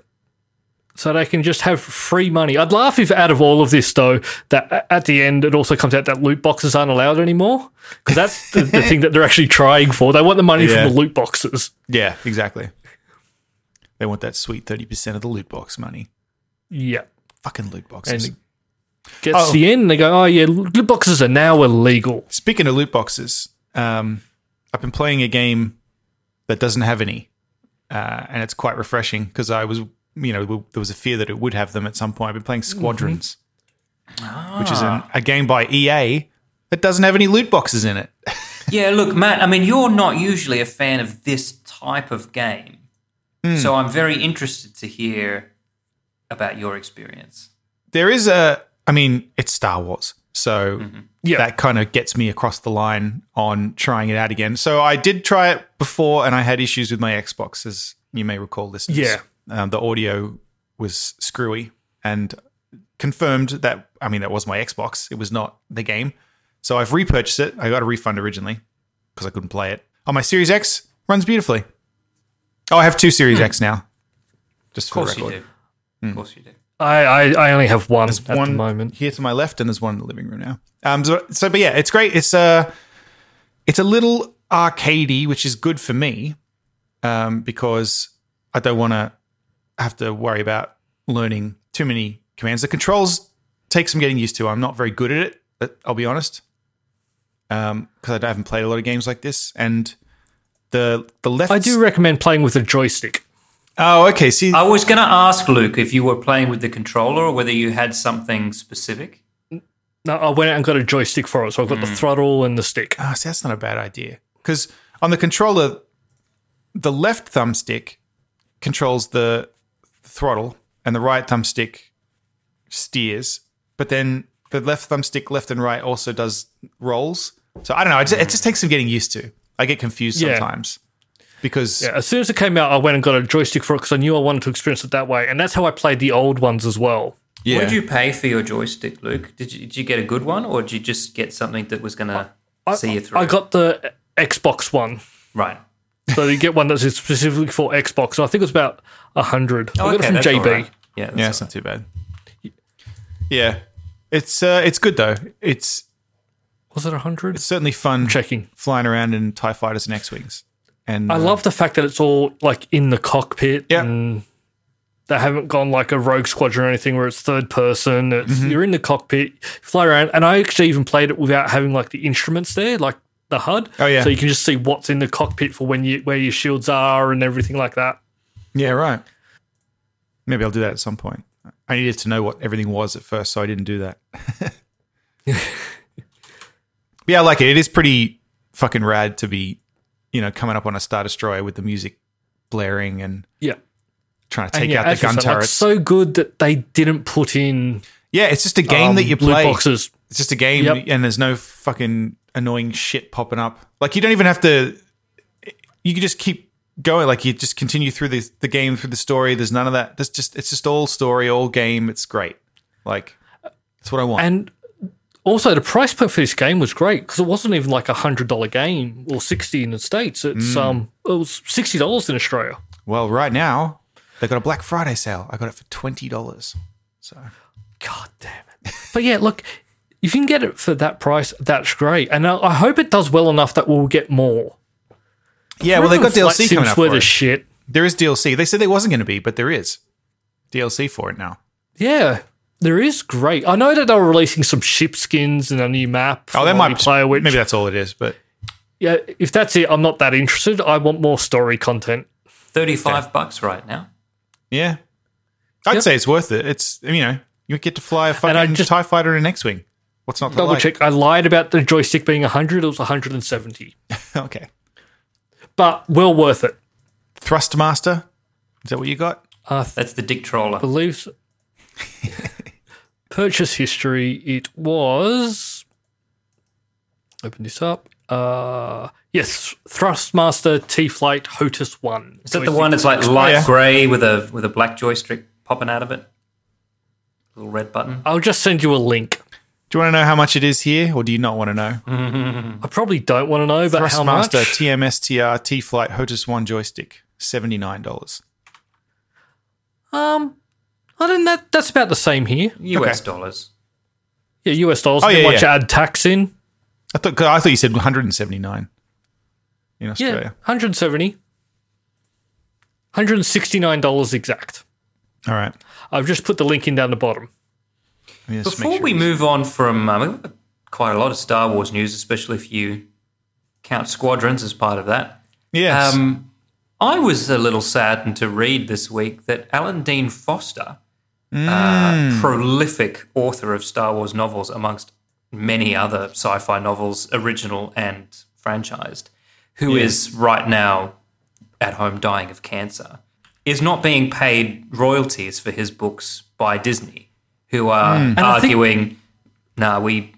so they can just have free money. I'd laugh if out of all of this, though, that a- at the end it also comes out that loot boxes aren't allowed anymore. Because that's the, the thing that they're actually trying for. They want the money Yeah. from the loot boxes. yeah, exactly. They want that sweet thirty percent of the loot box money. Yeah. Fucking loot boxes. And gets Oh. to the end and they go, oh, yeah, loot boxes are now illegal. Speaking of loot boxes, um, I've been playing a game that doesn't have any, uh, and it's quite refreshing because I was, you know, w- there was a fear that it would have them at some point. I've been playing Squadrons, which is an, a game by EA that doesn't have any loot boxes in it. Yeah, look, Matt, I mean, you're not usually a fan of this type of game. Hmm. So I'm very interested to hear about your experience. There is a, I mean, it's Star Wars, so Mm-hmm. Yeah. that kind of gets me across the line on trying it out again. So I did try it before, and I had issues with my Xbox, as you may recall. This, Yeah. um, the audio was screwy, and confirmed that I mean that was my Xbox. It was not the game. So I've repurchased it. I got a refund originally because I couldn't play it. On my Series X, runs beautifully. Oh, I have two Series X now. Just Hmm. Of for course the you record, Hmm. do. Of course you do. I, I, I only have one there's at one the moment. here to my left, and there's one in the living room now. Um, so, so but yeah, it's great. It's uh, it's a little arcadey, which is good for me, um, because I don't want to have to worry about learning too many commands. The controls take some getting used to. I'm not very good at it. but I'll be honest, because I haven't played a lot of games like this, and the the left. I do recommend playing with a joystick. Oh, okay. See, I was going to ask, Luke, if you were playing with the controller or whether you had something specific. No, I went out and got a joystick for it. So I've got Hmm. the throttle and the stick. Ah, see, that's not a bad idea. Because on the controller, the left thumbstick controls the throttle, and the right thumbstick steers. But then the left thumbstick, left and right, also does rolls. So I don't know. It just, it just takes some getting used to. I get confused Yeah. sometimes because Yeah, as soon as it came out, I went and got a joystick for it because I knew I wanted to experience it that way, and that's how I played the old ones as well. yeah. What did you pay for your joystick, Luke? Did you, did you get a good one or did you just get something that was going to see you through? I got the Xbox one, right. so you get one that's specifically for Xbox. And I think it was about a hundred. I got Oh, Okay, it that's from JB. all right. Yeah, that's Yeah, it's not too bad. Yeah, it's uh, it's good though. It's Was it a hundred? it's certainly fun Checking. flying around in Tie Fighters and X wings. And I uh, love the fact that it's all like in the cockpit. Yeah. and they haven't gone like a Rogue Squadron or anything where it's third person. It's, Mm-hmm. You're in the cockpit, you fly around, and I actually even played it without having like the instruments there, like the HUD. Oh, yeah. so you can just see what's in the cockpit for when you where your shields are and everything like that. Yeah, right. Maybe I'll do that at some point. I needed to know what everything was at first, so I didn't do that. But yeah, I like it. It is pretty fucking rad to be, you know, coming up on a Star Destroyer with the music blaring and Yeah, trying to And take yeah, out as the you gun said, like, turrets. so good that they didn't put in yeah, it's just a game um, that you loot play. boxes. It's just a game, Yep. and there's no fucking annoying shit popping up. Like you don't even have to. You can just keep going. Like you just continue through the the game, through the story. There's none of that. There's just it's just all story, all game. It's great. Like That's what I want. And also, the price point for this game was great because it wasn't even like a hundred dollar game or sixty in the states. Mm. It's um, it was sixty dollars in Australia. well, right now they got a Black Friday sale. I got it for twenty dollars. So God damn it! But yeah, look, if you can get it for that price, that's great. And I, I hope it does well enough that we'll get more. yeah, well they got Flight DLC Sims coming out were for the it. shit. there is DLC. They said there wasn't going to be, but there is DLC for it now. Yeah, there is great. I know that they were releasing some ship skins and a new map. Oh, for that might multiplayer, which maybe that's all it is. But yeah, if that's it, I'm not that interested. I want more story content. Thirty-five bucks right now. yeah, I'd Yep. say it's worth it. It's you know you get to fly a I fucking just- Tie Fighter and an X-wing. What's not to Double like? check. I lied about the joystick being 100. It was 170, okay, but well worth it. Thrustmaster. Is that what you got? That's the dick troller. Believe so. Purchase history. It was. Open this up. Uh yes, Thrustmaster T Flight Hotus One. Is that the one that's like light yeah. grey with a with a black joystick popping out of it? Little red button. I'll just send you a link. Do you want to know how much it is here, or do you not want to know? I probably don't want to know, but Mm, how much? Thrustmaster TMSTR T Flight Hotus One joystick, seventy nine dollars. um, I don't. That that's about the same here. US dollars. Yeah, US dollars. Oh, Oh, yeah, yeah, much yeah. add tax in. I thought 'cause I thought you said one hundred and seventy nine in Yeah, Australia. 170. $169 exact. All right. I've just put the link in down the bottom. Let me just make Before sure we it's- move on from um, we've got quite a lot of Star Wars news, especially if you count Squadrons as part of that. yes, Um, I was a little saddened to read this week that Alan Dean Foster, uh, prolific author of Star Wars novels, amongst many other sci fi novels, original and franchised, who is right now at home dying of cancer, is not being paid royalties for his books by Disney, who are I think- arguing, nah, we.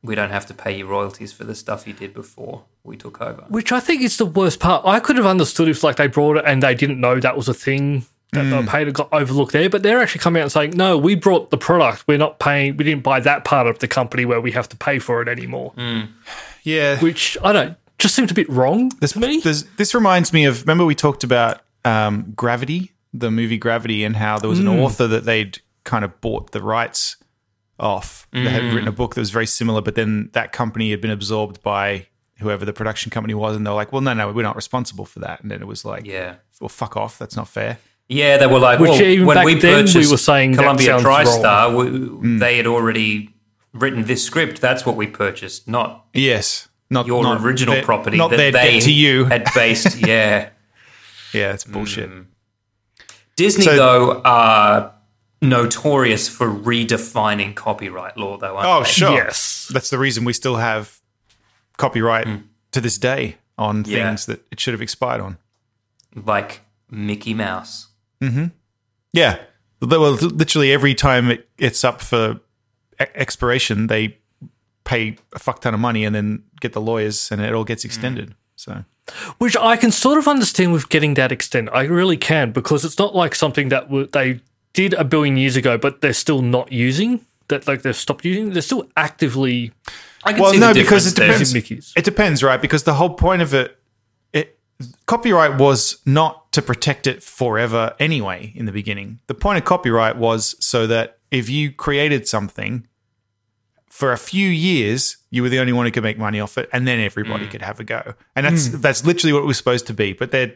We don't have to pay you royalties for the stuff you did before we took over. Which I think is the worst part. I could have understood if like they brought it and they didn't know that was a thing that Hmm. they were paid and got overlooked there, but they're actually coming out and saying, No, we brought the product. We're not paying we didn't buy that part of the company where we have to pay for it anymore. yeah. Which I don't just seems a bit wrong This, to me. this this reminds me of remember we talked about um, Gravity, the movie Gravity, and how there was an Mm. author that they'd kind of bought the rights off. They Mm. had written a book that was very similar, but then that company had been absorbed by whoever the production company was, and they're like, "Well, no, no, we're not responsible for that." And then it was like, Yeah. well, fuck off, that's not fair." Yeah, they were like, Which well, even when back we then we purchased were saying that Columbia sounds Hmm. TriStar, we, they had already written this script. That's what we purchased, not Yes, not your not original their- property not that their they debt to you. had Mm. based. Yeah, yeah, it's bullshit. Disney So- though are notorious for redefining copyright law, though. Aren't Oh, they? sure. Yes. That's the reason we still have copyright to this day on Yeah. things that it should have expired on. like Mickey Mouse. Yeah. They were literally every time it, it's up for e- expiration, they pay a fuck ton of money and then get the lawyers and it all gets extended. So, Which I can sort of understand with getting that extent. I really can because it's not like something that w- they did a billion years ago, but they're still not using. That like they've stopped using. They're still actively I can Well, see no, the because difference it there. depends. Mickey's. it depends, right? Because the whole point of it, it copyright was not to protect it forever anyway in the beginning. The point of copyright was so that if you created something for a few years, you were the only one who could make money off it, and then everybody could have a go. And that's that's literally what it was supposed to be. But they're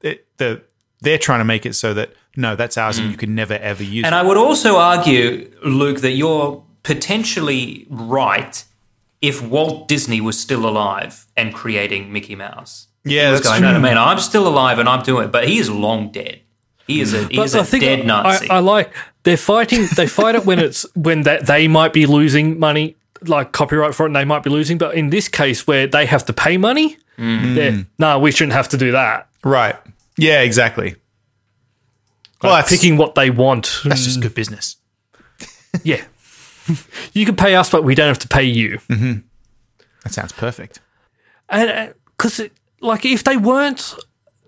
it, the they're trying to make it so that no, that's ours, Mm. and you can never ever use And it. I would also argue, Luke, that you're potentially right if Walt Disney was still alive and creating Mickey Mouse. yeah, that's Going, true. no, no, man, I'm still alive and I'm doing it, but he is long dead. He is a, he is a dead Nazi. I, I like they're fighting. They fight it when it's when that they might be losing money, like copyright for it, and they might be losing. But in this case, where they have to pay money, Mm-hmm. no, nah, we shouldn't have to do that. Right? Yeah, exactly. Well, that's, Picking what they want, that's just good business. yeah. you can pay us, but we don't have to pay you. That sounds perfect. and because like if they weren't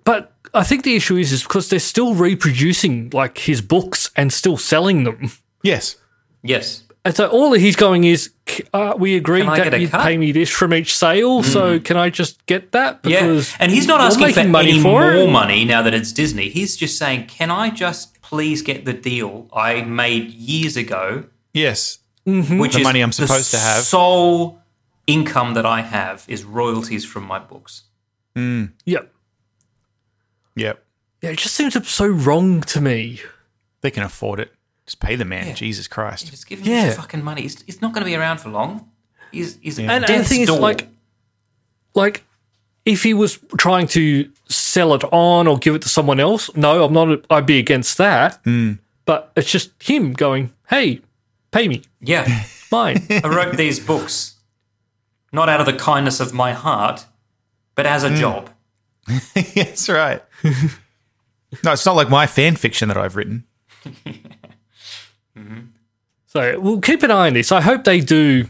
but i think the issue is is because they're still reproducing like his books and still selling them Yes. yes. And so all that he's going is, "C- uh, we agreed Can I get that a you'd cut?" Hmm. pay me this from each sale, so can I just get that? Yeah, and he's not you're asking for making any it." more money now that it's Disney. He's just saying, "Can I just please get the deal I made years ago, Yes. which Mm-hmm. The is money I'm supposed to have." Sole income that I have is royalties from my books. Yeah. Yep. Yeah, it just seems so wrong to me. They can afford it. Just pay the man. Jesus Christ. Just give him his Yeah. fucking money. He's, he's not going to be around for long. He's, he's And, and the death's thing is, door. like, like if he was trying to sell it on or give it to someone else, no, I'm not. I'd be against that. Hmm. But it's just him going, "Hey, pay me yeah, mine." I wrote these books not out of the kindness of my heart, but as a job. That's right. no, it's not like my fan fiction that I've written. so we'll keep an eye on this. I hope they do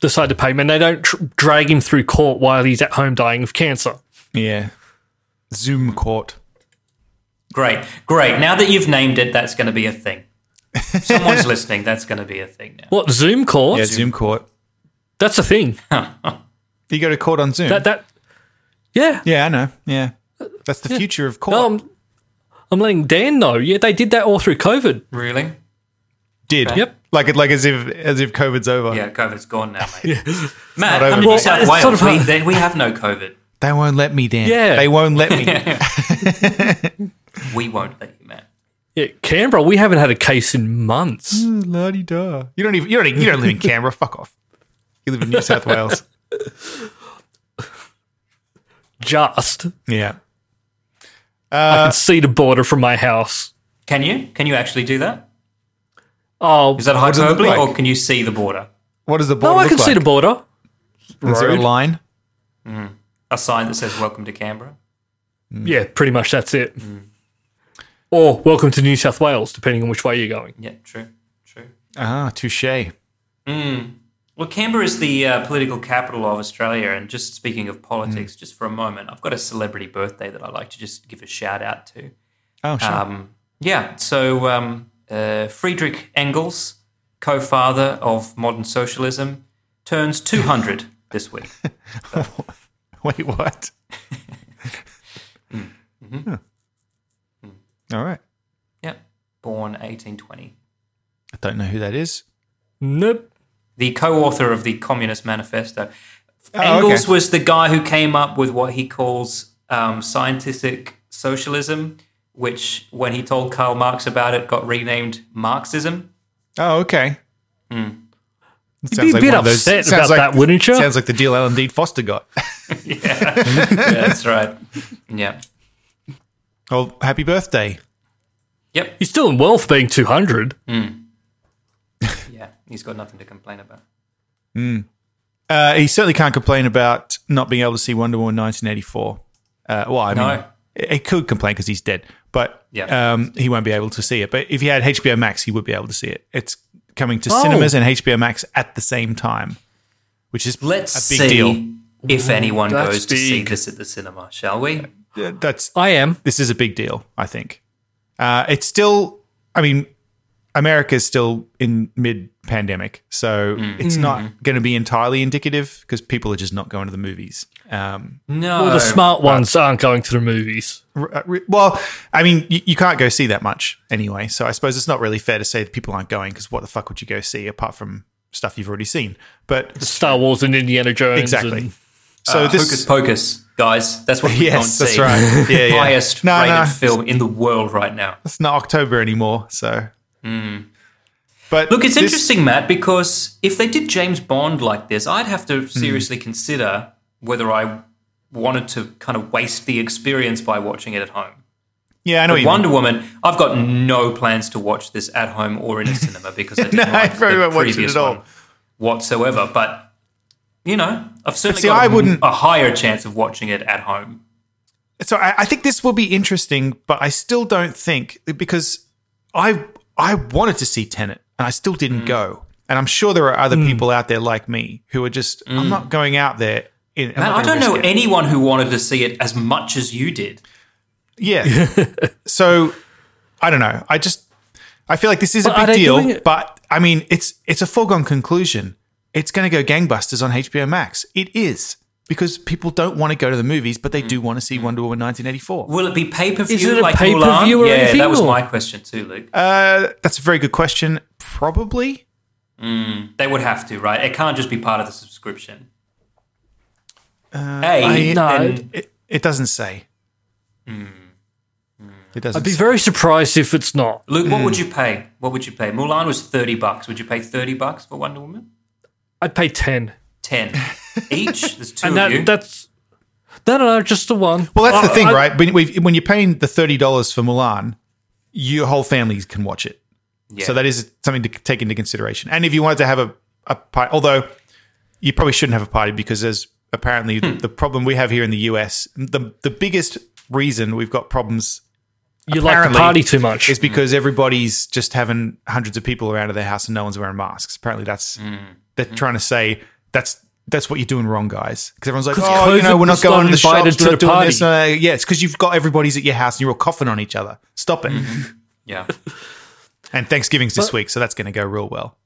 decide to pay him and they don't tr- drag him through court while he's at home dying of cancer. Yeah. Zoom court. Great, great. Now that you've named it, that's going to be a thing. If Someone's listening. That's going to be a thing now. What Zoom court? Yeah, Zoom court. That's the thing. You go to court on Zoom. That that. Yeah, yeah, I know. Yeah. That's the future of court. No, I'm, I'm letting Dan know. Yeah, they did that all through COVID. Really? Did. Yep. Like it like as if as if COVID's over. Yeah, COVID's gone now, mate. Matt, over, come to mate. New South Well, Wales. it's sort of we, a- they, we have no COVID. They won't let me, Dan. Yeah. They won't let me. We won't let you, Matt. Yeah, Canberra, we haven't had a case in months. La di da. You don't even you don't you don't live in Canberra. Fuck off. You live in New South Wales. Just Yeah. Uh, I can see the border from my house. Can you? Can you actually do that? Oh, Is that does it look hyperbole, like? or can you see the border? What does the no, border I look can see like? the border. Is there a road. line? A sign that says "Welcome to Canberra." Hmm. Yeah, pretty much that's it. Or welcome to New South Wales, depending on which way you're going. Yeah, true, true. Ah, touche. Well, Canberra is the uh, political capital of Australia. And just speaking of politics, just for a moment, I've got a celebrity birthday that I'd like to just give a shout out to. Oh, sure. Um, yeah, so um, uh, Friedrich Engels, co father of modern socialism, turns 200 this week. Wait, what? Mm-hmm. Huh. All right. Yeah, born 1820. I don't know who that is. Nope. The co author of the Communist Manifesto. Oh, Engels okay. was the guy who came up with what he calls um, scientific socialism, which, when he told Karl Marx about it, got renamed Marxism. Oh, okay. It Mm. You'd be a bit upset sounds about that, wouldn't you? Sounds like the deal Alan Dean Foster got. Yeah, that's right. Yeah. Well, Oh, happy birthday. Yep. He's doing well for being 200. Yeah. He's got nothing to complain about. Uh, he certainly can't complain about not being able to see Wonder Woman 1984. Uh, well, I mean, No. he could complain because he's dead, but Yeah. um, he won't be able to see it. But if he had HBO Max, he would be able to see it. It's coming Oh. to cinemas and HBO Max at the same time, which is Let's a big see deal. if anyone that's goes to see big. this at the cinema, shall we? Uh, That's I am. this is a big deal. I think uh, it's still. I mean, America's still in mid-pandemic, so Mm. it's not going to be entirely indicative because people are just not going to the movies. Um, No. All the smart ones aren't going to the movies. Uh, re- Well, I mean, you, you can't go see that much anyway. So I suppose it's not really fair to say that people aren't going because what the fuck would you go see apart from stuff you've already seen? But Star Wars and Indiana Jones. exactly. and- So Uh, this, Hocus Pocus, guys. That's what you yes, can't that's see. right. Yeah, yeah. Highest No, rated no. film in the world right now. It's not October anymore. So, but Hmm. Look, it's this- interesting, Matt, because if they did James Bond like this, I'd have Hmm. to seriously consider whether I wanted to kind of waste the experience by watching it at home. Yeah, I know. What you Wonder Woman, I've got no plans to watch this at home or in a cinema because I didn't I like probably the won't watch it previous at all. one whatsoever. But you know, I've certainly see, got a I m- wouldn't- a higher chance of watching it at home. mean. So I, I think this will be interesting, but I still don't think because I I wanted to see Tenet and I still didn't Mm. go. And I'm sure there are other Mm. people out there like me who are just I'm not going out there. In, I'm Man, not Mm. I gonna don't risk know it. anyone who wanted to see it as much as you did. Yeah. so I don't know. I just I feel like this is But a are big they doing deal, it- but I mean, it's it's a foregone conclusion. It's going to go gangbusters on HBO Max. It is because people don't want to go to the movies, but they Mm. do want to see Wonder Woman 1984. Will it be pay per view? Is it a like pay-per-view Mulan? or yeah, anything, that was or- my question too, Luke. Uh, that's a very good question. Probably. they would have to, right? It can't just be part of the subscription. hey, Uh, I- No. and it, it doesn't say. It doesn't. I'd be say. very surprised if it's not. Luke, what Mm. would you pay? What would you pay? Mulan was thirty bucks. Would you pay thirty bucks for Wonder Woman? I'd pay ten, Ten each. There's two and of you. that, that's no, no, no, just the one. well, that's the I- thing, I- right? When, we've, when you're paying the thirty dollars for Mulan, your whole family can watch it. So that is something to take into consideration. And if you wanted to have a, a party, although you probably shouldn't have a party because there's apparently the problem we have here in the US, the, the biggest reason we've got problems You like the apparently party too much. is because everybody's just having hundreds of people around at their house and no one's wearing masks. Apparently, that's they're trying to say that's that's what you're doing wrong, guys. Because everyone's like, 'Cause oh, you COVID know, we're not was not going to the invited shops, to we're the not doing this. party. Uh, yeah, it's because you've got everybody's at your house and you're all coughing on each other. Stop it. yeah. And Thanksgiving's this week, so that's going to go real well.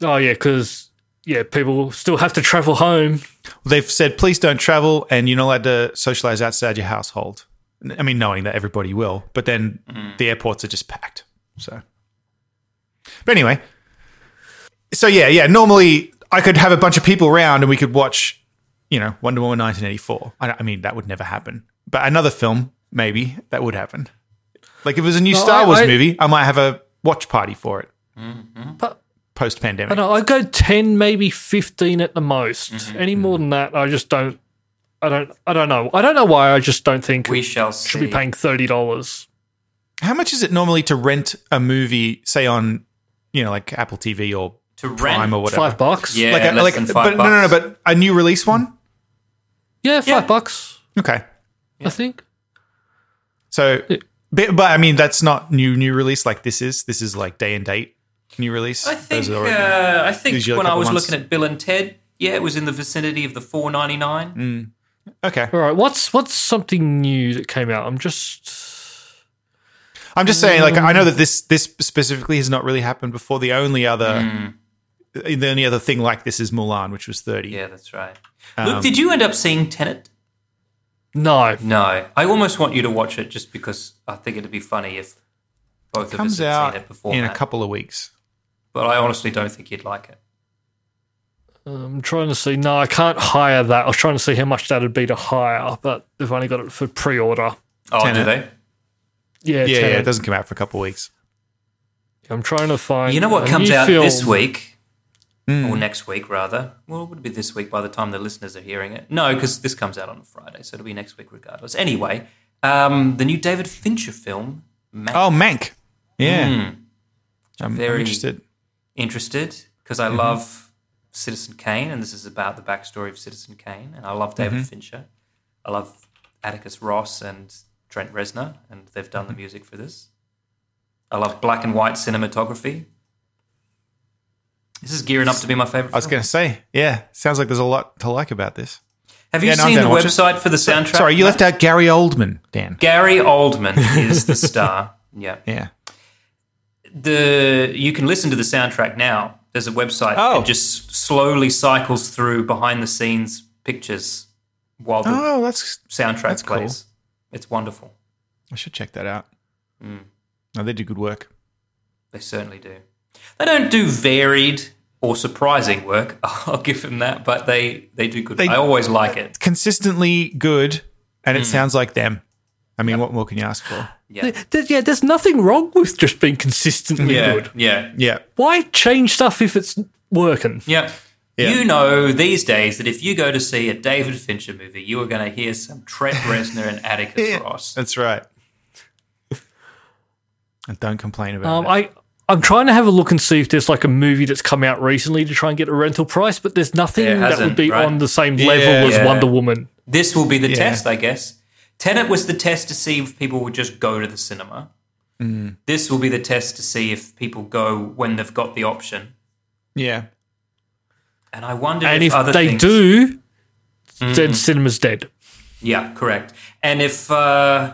Oh yeah, because yeah, people still have to travel home. They've said please don't travel and you're not allowed to socialize outside your household. N- I mean, knowing that everybody will, but then the airports are just packed. So, but anyway, so yeah, yeah. Normally, I could have a bunch of people around and we could watch, you know, Wonder Woman 1984. I, don't- I mean, that would never happen. But another film, maybe that would happen. Like if it was a new No, Star I- Wars I- movie, I might have a watch party for it. Post I pandemic, know I go ten, maybe fifteen at the most. Mm-hmm. Mm-hmm. Any more than that, I just don't. I don't. I don't know. I don't know why. I just don't think We we shall see. should be paying thirty dollars. How much is it normally to rent a movie, say on, you know, like Apple TV or to rent. Prime or whatever? Five bucks. Yeah, like, a, less like, than but five bucks. no, no, no, but a new release one. yeah, five Yeah. bucks. Okay, I think. so, but, but I mean, that's not new new release like this is. This is like day and date new release. I think. Those are already- Uh, I think usually a when I couple was months. looking at Bill and Ted, yeah, it was in the vicinity of the four ninety nine. Mm. uh, okay, All right. What's what's something new that came out? I'm just. I'm just saying, like, I know that this this specifically has not really happened before. The only other. Hmm. The only other thing like this is Mulan, which was thirty. Yeah, that's right. Um, Luke, did you end up seeing Tenet? No, No, I almost want you to watch it just because I think it'd be funny if both of us comes had out seen it before. in a Matt. couple of weeks. but I honestly don't think you'd like it. I'm trying to see. No, I can't hire that. I was trying to see how much that'd be to hire, but they've only got it for pre-order. Oh, Tenet. do Yeah, Yeah, yeah, it Tenet. doesn't come out for a couple of weeks. I'm trying to find. they? You know what a comes new out this film. week, or next week rather. Well, it would be this week by the time the listeners are hearing it. No, because this comes out on a Friday, so it'll be next week regardless. Anyway, um, the new David Fincher film. Mank. Oh, Mank. Yeah. I'm, I'm Very- interested. interested because Mm-hmm. I love Citizen Kane, and this is about the backstory of Citizen Kane, and I love David Mm-hmm. Fincher. I love Atticus Ross and Trent Reznor, and they've done the Mm-hmm. music for this. I love black and white cinematography. This is gearing up to be my favorite. I was film. going to say, yeah, sounds like there's a lot to like about this. Have you Yeah, no, I'm seen the gonna watch it. website for the soundtrack? Sorry, you left out Gary Oldman, Dan. Gary Oldman is the star. Yeah. Yeah. the you can listen to the soundtrack now. There's a website. Oh. It just slowly cycles through behind the scenes pictures while the Oh, that's. soundtrack that's cool. plays. It's wonderful. I should check that out. Hmm. No, they do good work. They certainly do. They don't do varied or surprising work. I'll give them that, but they they do good. They- I always like it. Consistently good, and it sounds like them. I mean, what more can you ask for? Yeah. Th- Yeah, there's nothing wrong with just being consistently Yeah. good. Yeah. Yeah. Why change stuff if it's working? Yeah. Yeah. You know these days that if you go to see a David Fincher movie, you are going to hear some Trent Reznor and Atticus Ross. That's right. and don't complain Um, about it. I I'm trying to have a look and see if there's like a movie that's come out recently to try and get a rental price, but there's nothing There that hasn't, would be right? on the same level as Yeah. Wonder Woman. This will be the Yeah. test, I guess. Tenet was the test to see if people would just go to the cinema. Mm. This will be the test to see if people go when they've got the option. yeah. And I wonder And if, if other they things- Mm. do, then cinema's dead. yeah, correct. And if uh,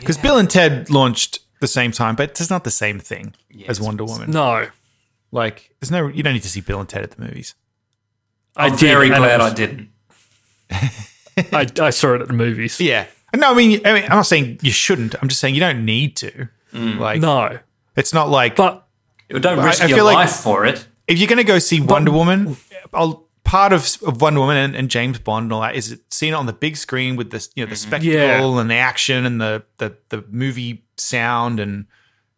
Because Bill and Ted launched the same time, but it's not the same thing as Wonder Woman. No, Like, there's no, you don't need to see Bill and Ted at the movies. I I'm very and it glad I didn't. was- I, I saw it at the movies. Yeah. No, I mean, I mean, I'm not saying you shouldn't. I'm just saying you don't need to. Mm. Like, No, it's not like but Don't I- risk I your feel like- life for it. if you're going to go see Wonder Woman, I'll, part of, of Wonder Woman and, and James Bond and all that is seeing it on the big screen with the you know the Mm-hmm. spectacle Yeah. and the action and the, the the movie sound and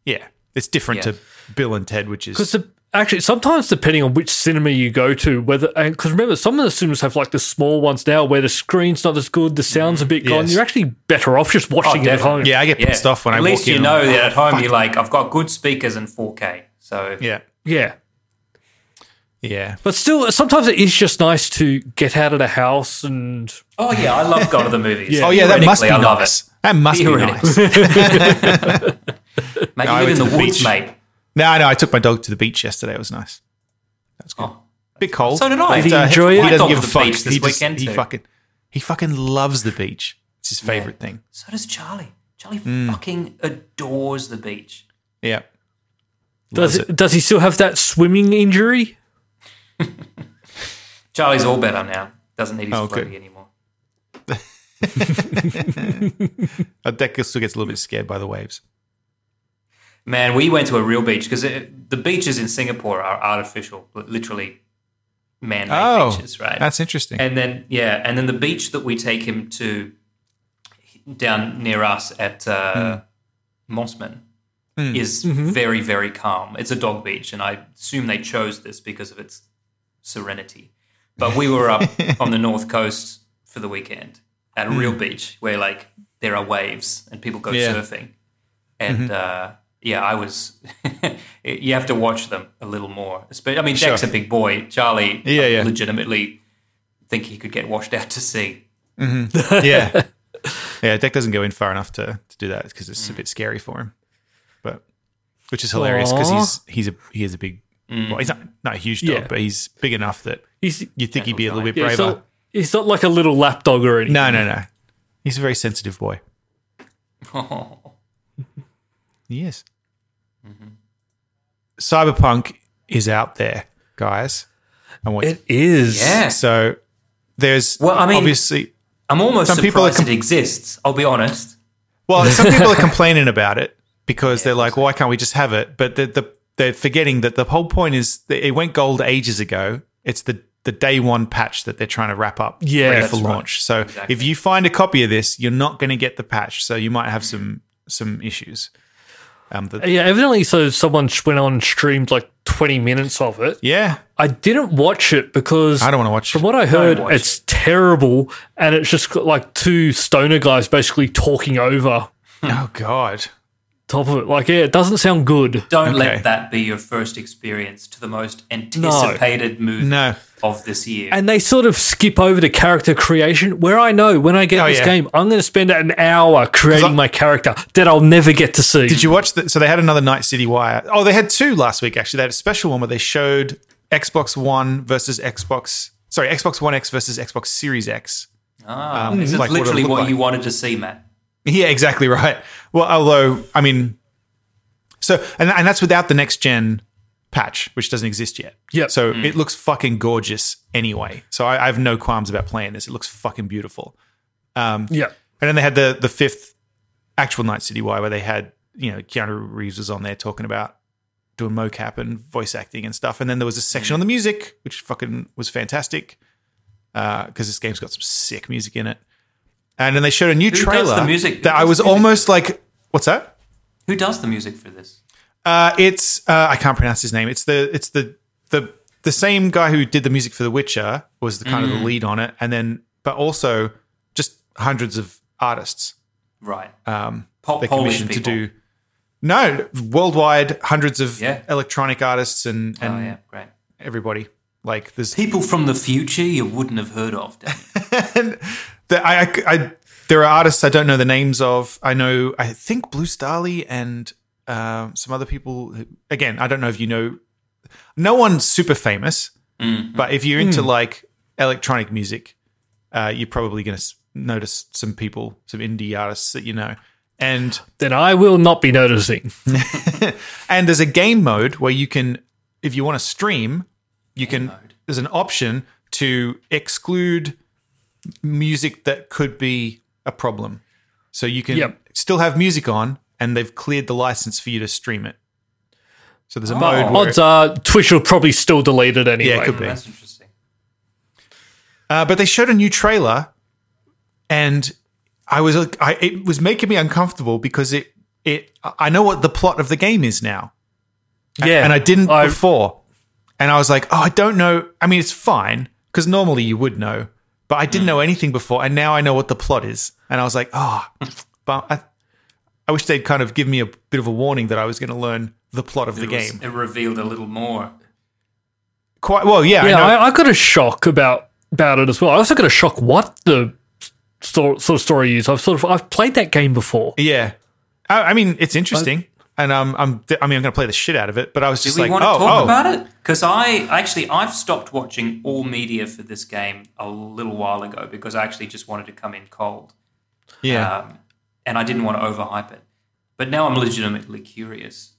yeah, it's different Yeah. to Bill and Ted, which because is the, actually, sometimes depending on which cinema you go to, whether because remember some of the cinemas have like the small ones now where the screen's not as good, the sound's a bit gone. Mm, Yes. Oh, You're actually better off just watching it at definitely. home. yeah, I get Yeah. pissed off when at I walk least in. you and know I'm like, that at home "Fuck." you're like, I've got good speakers in 4K. So yeah, yeah. yeah. But still, sometimes it is just nice to get out of the house and oh yeah, I love going to the movies. Oh yeah, that must be Theoretically, I love nice. That must be Theoretically. nice. it. Mate, you I live went in to the, the woods, beach. mate. No, no, I took my dog to the beach yesterday. It was nice. That was good. Oh. Bit cold. So did I. but, uh, Did he enjoy it? He I doesn't dog give a was at fuck. the beach this he just- weekend he too. fucking he fucking loves the beach. It's his favorite thing. So does Charlie. Charlie Hmm. fucking adores the beach. Yeah. does Loves does he still have that swimming injury? Charlie's all better now. Doesn't need his Oh, oh, good. anymore. Uh, That still gets a little bit scared by the waves. Man, we went to a real beach because the beaches in Singapore are artificial, li- literally man-made beaches, right? Oh, That's interesting. And then yeah, and then the beach that we take him to down near us at uh, Hmm. Mossman is Mm-hmm. very very calm. It's a dog beach, and I assume they chose this because of its serenity. But we were up on the north coast for the weekend at a real beach where like there are waves and people go Hmm. Yeah. Mm-hmm. surfing, and uh, yeah, I was. you have to watch them a little more. Espe- I mean, Jack's Sure. a big boy. Charlie, Yeah, I yeah. legitimately think he could get washed out to sea. yeah. Yeah, Deck doesn't go in far enough to, to do that because Mm. it's a bit scary for him. But which is hilarious because Aw. he's he's a he is a big Mm. well, he's not, not a huge dog, Yeah. but he's big enough that He's you'd think he'd be a little bit yeah, braver. he's not, he's not like a little lapdog or anything. no, no, no. He's a very sensitive boy. Oh, He is. Mm-hmm. Cyberpunk is out there, guys. I want It is. yeah. so there's Well, I mean- obviously I'm almost Some surprised people are com- it exists. I'll be honest. well some people are complaining about it because they're like why can't we just have it but the, the they're forgetting that the whole point is that it went gold ages ago. It's the the day one patch that they're trying to wrap up Yeah, ready that's for right. launch. So if you find a copy of this, you're not going to get the patch. So you might have some some issues. Um, the, Yeah, evidently. So someone sh- went on and streamed like twenty minutes of it. yeah, I didn't watch it because I don't want to watch. From what I heard, watch it's terrible, and it's just got like two stoner guys basically talking over Oh God. top of it. Like, yeah, it doesn't sound good. Don't Okay. let that be your first experience to the most anticipated movie No. of this year. And they sort of skip over to character creation, where I know when I get Oh, this yeah. game, I'm going to spend an hour creating my character that I'll never get to see. Did you watch the So they had another Night City Wire. Oh, they had two last week, actually. They had a special one where they showed Xbox One versus Xbox. Sorry, Xbox One X versus Xbox Series X. ah, um, this is like what it literally looked what like. you wanted to see, Matt. Yeah, exactly right. Well, although, I mean, so, and, and that's without the next gen patch, which doesn't exist yet. Yep. So it looks fucking gorgeous anyway. So I, I have no qualms about playing this. It looks fucking beautiful. Yeah. And then they had the the fifth actual Night City Y where they had, you know, Keanu Reeves was on there talking about doing mocap and voice acting and stuff. And then there was a section on the music, which fucking was fantastic. Because this game's got some sick music in it. And then they showed a new does trailer the music? Who that I does was the music? almost like, what's that? Who does the music for this? Uh, it's uh, I can't pronounce his name. It's the it's the the the same guy who did the music for The Witcher was the kind of Mm. the lead on it, and then but also just hundreds of artists. Right. Um, Pop the Polish commission to people. do. No, worldwide, hundreds of Yeah. electronic artists and and oh yeah, great. everybody. Like there's, People from the future you wouldn't have heard of. Dan. the, I, I, I- there are artists I don't know the names of. I know, I think Blue Starly and um, some other people. who- Again, I don't know if you know. No one's super famous, Mm-hmm. but if you're into like electronic music, uh, you're probably going to notice some people, some indie artists that you know. and Then I will not be noticing. and there's a game mode where you can, if you want to stream, you can. There's an option to exclude music that could be a problem, so you can Yep. still have music on, and they've cleared the license for you to stream it. So there's a mode where Oh, Odds are Twitch will probably still delete it anyway. Yeah, it could be. That's interesting. Uh, but they showed a new trailer, and I was uh, I, it was making me uncomfortable because it it I know what the plot of the game is now, Yeah, and I didn't I- before, and I was like, oh, I don't know. I mean, it's fine because normally you would know, but I didn't know anything before, and now I know what the plot is, and I was like, oh, but I, I wish they'd kind of give me a bit of a warning that I was going to learn the plot of the It was- game. It revealed a little more. Quite well, yeah, yeah, I know. I, I got a shock about about it as well. I also got a shock what the sto- sort of story is. I've sort of I've played that game before. Yeah, I, I mean it's interesting, and um, I'm I mean I'm gonna play the shit out of it, but I was Do just we like, want to oh, talk oh, about it? Because I actually I've stopped watching all media for this game a little while ago because I actually just wanted to come in cold. yeah. um, and I didn't want to overhype it. But now I'm legitimately curious.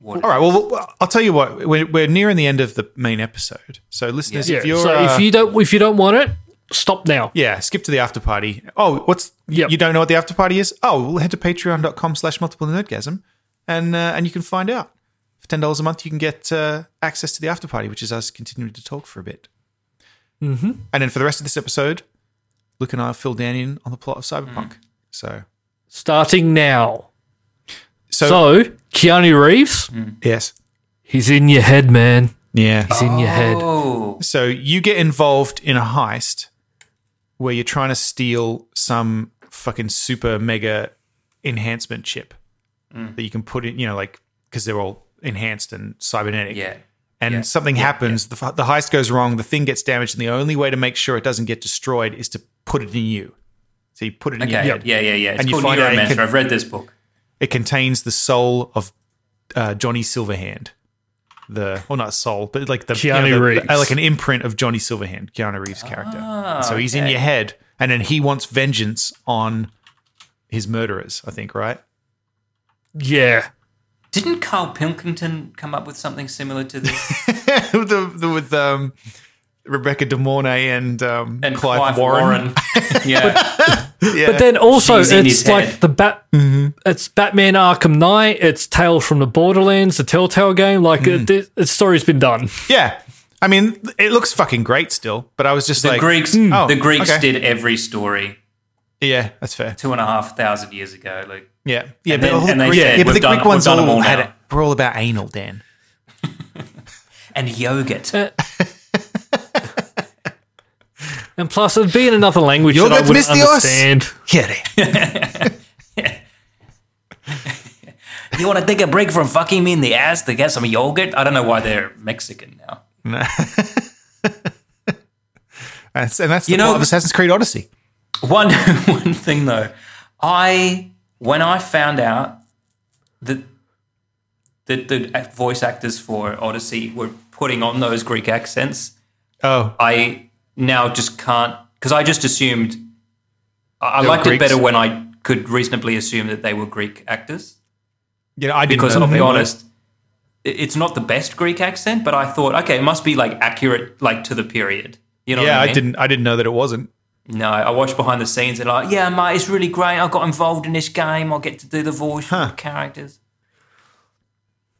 What? All right, well, well, I'll tell you what. We're, we're nearing the end of the main episode, so listeners, Yeah, if you're so uh, if you don't if you don't want it, stop now. yeah, skip to the after party. Oh, what's Yep. you don't know what the after party is? Oh, well, head to patreon.com slash multiple nerdgasm, and uh, and you can find out. For ten dollars a month, you can get uh, access to the after party, which is us continuing to talk for a bit. Mm-hmm. And then for the rest of this episode, Luke and I fill Dan in on the plot of Cyberpunk. So, Starting now. so, So Keanu Reeves, yes, he's in your head, man. yeah. He's in your head. Oh, So you get involved in a heist where you're trying to steal some fucking super mega enhancement chip Mm. that you can put in, you know, like because they're all enhanced and cybernetic. yeah. And something happens, the The, the heist goes wrong, the thing gets damaged, and the only way to make sure it doesn't get destroyed is to put it in you. So you put it in your Okay. head. Yeah, yeah, yeah. It's And you called find out it Neuromancer. can- I've read this book. It contains the soul of uh, Johnny Silverhand. The well, not soul, but like the Keanu the- the- Reeves. like an imprint of Johnny Silverhand, Keanu Reeves' character. Ah, so he's in your head, and then he wants vengeance on his murderers. I think, right? Yeah. Didn't Carl Pilkington come up with something similar to this? with the, the- with um, Rebecca De Mornay and um, And Clive, Warren. yeah. Yeah. Mm-hmm. But then also, She's in it's his like head. the bat. It's Batman Arkham Knight. It's Tales from the Borderlands, the Telltale game. Like Mm. it, it, its story's been done. yeah, I mean, it looks fucking great still. But I was just the like, Greeks. oh, the Greeks okay. did every story yeah, that's fair. two and a half thousand years ago. Like Yeah, yeah, but And then- all the and they Greek, said, yeah, but "We've the done- Greek ones we've done 'em all, all had now." it. We're all about anal, Dan. and yogurt. And plus, it'd be in another language You're that I good, wouldn't Mr. Oz. understand. Get it. you want to take a break from fucking me in the ass to get some yogurt? I don't know why they're Mexican now. That's, and that's You the know- plot of Assassin's Creed Odyssey. One one thing though, I when I found out that that the ac- voice actors for Odyssey were putting on those Greek accents, Oh, I now just can't because I just assumed I, They I were liked it Greeks? better when I could reasonably assume that they were Greek actors you know, I didn't because know I'll they be were. honest, i- it's not the best Greek accent, but I thought okay, it must be like accurate like to the period. You know what Yeah, I I mean? didn't. I didn't know that it wasn't. No, I watched behind the scenes and like, yeah, mate, it's really great. I got involved in this game. I get to do the voice for the characters.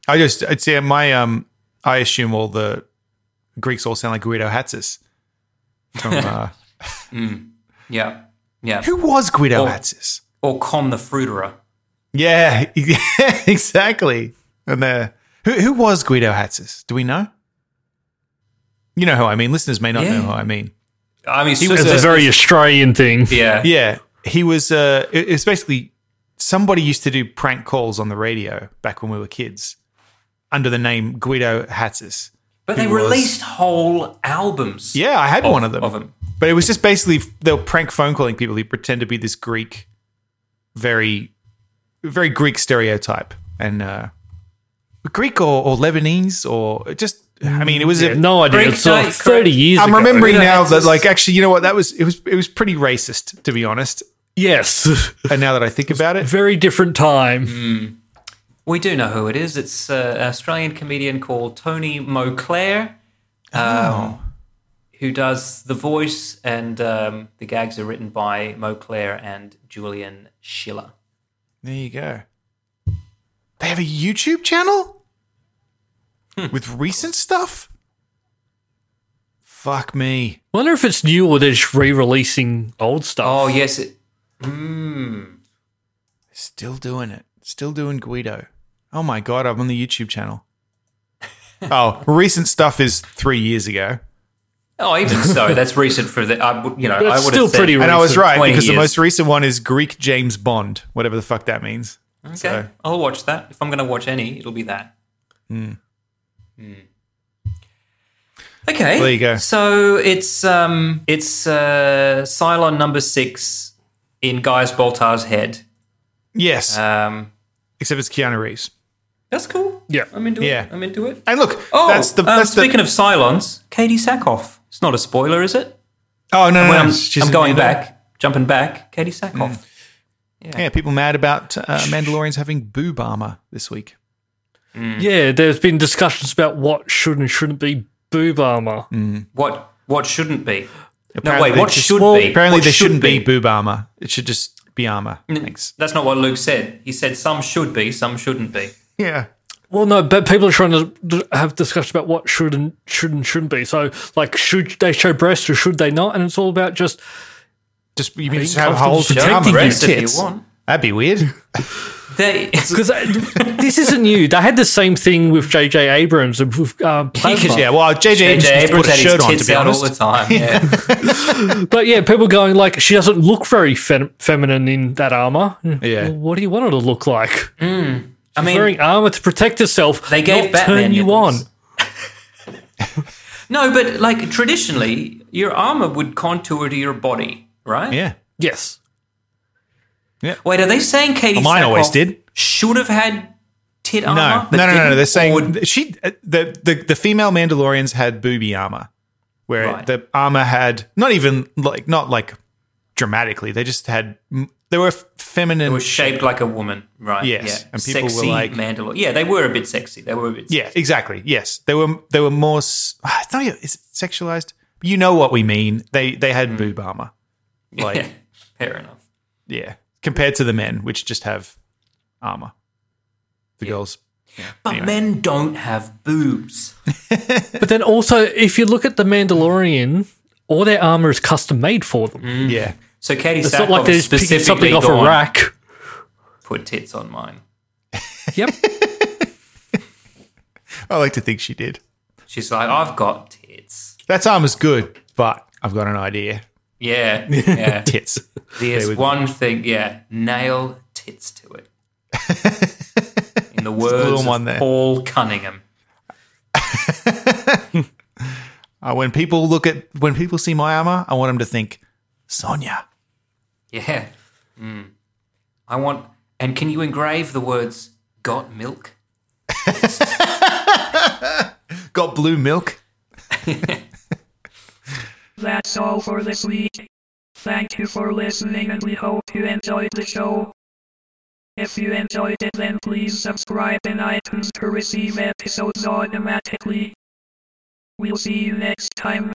I just. I'd say my. Um, I assume all the Greeks all sound like Guido Hatzis. From, uh, Yeah, yeah. who was Guido Oh. Hatzis? Or Con the Fruiterer. Yeah, exactly. And the who who was Guido Hatzis? Do we know? You know who I mean. Listeners may not know Yeah. who I mean. I mean, was It's a It's- very Australian thing. yeah, Yeah, he was. Uh, it- it's basically somebody used to do prank calls on the radio back when we were kids, under the name Guido Hatzis. But they He was- released whole albums. Yeah, I had of, one of them. Of them. But it was just basically they were prank phone calling people who pretend to be this Greek, very, very Greek stereotype and uh, Greek or, or Lebanese or just. I mean, it was a, No idea. Greek it's like night, thirty correct. years. I'm ago. remembering You know, now that's that, just- like, actually, you know what? That was it was it was pretty racist, to be honest. Yes, And now that I think about it, very different time. We do know who it is. It's uh, an Australian comedian called Tony Moclair, Oh. who does the voice, and um, the gags are written by Moclair and Julian Schiller. there you go. They have a YouTube channel Hmm. with recent stuff. Fuck me. Wonder if it's new or they're just re-releasing old stuff. Oh yes, it, mm, Still doing it. Still doing Guido. Oh my god, I'm on the YouTube channel. oh, recent stuff is three years ago. Oh, even so, that's recent for the. I, would- you know, That's I would still have said, pretty And I was Recent right 20 because the years. most recent one is Greek James Bond, whatever the fuck that means. Okay, so. I'll watch that. If I'm going to watch any, it'll be that. Hmm. Okay. There you go. So it's um it's uh Cylon number six in Gaius Baltar's head. Yes, Um, except it's Keanu Reeves. that's cool. Yeah. I'm into Yeah. it. I'm into it. And look, Oh, that's the um, that's the. speaking of Cylons, Katie Sackhoff. It's not a spoiler, is it? oh no, no, Well, no, I'm, she's I'm going Amanda. back, jumping back. Katie Sackhoff. Hmm. Yeah, people mad about uh, Mandalorians having boob armor this week. Yeah, there's been discussions about what should and shouldn't be boob armor. What what shouldn't be? Apparently no, wait. What they just- should well, be? Mm. Apparently, What there should shouldn't be boob armor. It should just be armor. Thanks. That's not what Luke said. He said some should be, some shouldn't be. Yeah. Well, no, but people are trying to d- have discussions about what should and should and shouldn't be. So, like, should they show breasts or should they not? And it's all about just Just you mean just think have comfortable holes in the protecting armor and breasts if you tits? want. That'd be weird. They, because uh, this isn't new. They had the same thing with J.J. Abrams and with um, Plasma. yeah. Well, JJ JJ Abrams needs to put Abrams a had his shirt on tits to be out all honest. the time. Yeah. But yeah, people going like she doesn't look very fem- feminine in that armor. Yeah. Well, what do you want her to look like? I mean, Wearing armor to protect herself. They gave not Batman turn you nipples. on. no, but like traditionally, your armor would contour to your body, right? Yeah. Yes. Wait, are they saying Katie? Oh, Mine Sackhoff always did. Should have had tit No, armor. but no, no, no, no. didn't? They're Or saying would- she uh, the, the the female Mandalorians had booby armor, where Right. the armor had not even like not like dramatically. They just had m- they were f- feminine. It was shaped like a woman, right? Yes, Yeah. and people were sexy like- Mandalor. Yeah, they were a bit sexy. They were a bit. yeah, exactly. Yes, they were they were more. s- It's not even, is it sexualized. You know what we mean. They they had boob armor. Like Yeah, fair enough. yeah, compared to the men, which just have armor. The girls. But men don't have boobs. But then also, if you look at the Mandalorian, all their armor is custom made for them. Yeah. So Katie It's Sackhoff not like they're just picking Mm, specifically something off gone, a rack. Put tits on mine. Yep. I like to think she did. She's like, I've got tits. That armor's good, but I've got an idea. Yeah, yeah. Tits. There's one thing. Yeah, nail tits to it. In the words little of one there. Paul Cunningham. Uh, when people look at when people see my armor, I want them to think Sonya. Yeah. Mm. I want. And can you engrave the words "got milk"? Got blue milk. That's all for this week. Thank you for listening and we hope you enjoyed the show. If you enjoyed it then please subscribe in iTunes to receive episodes automatically. We'll see you next time.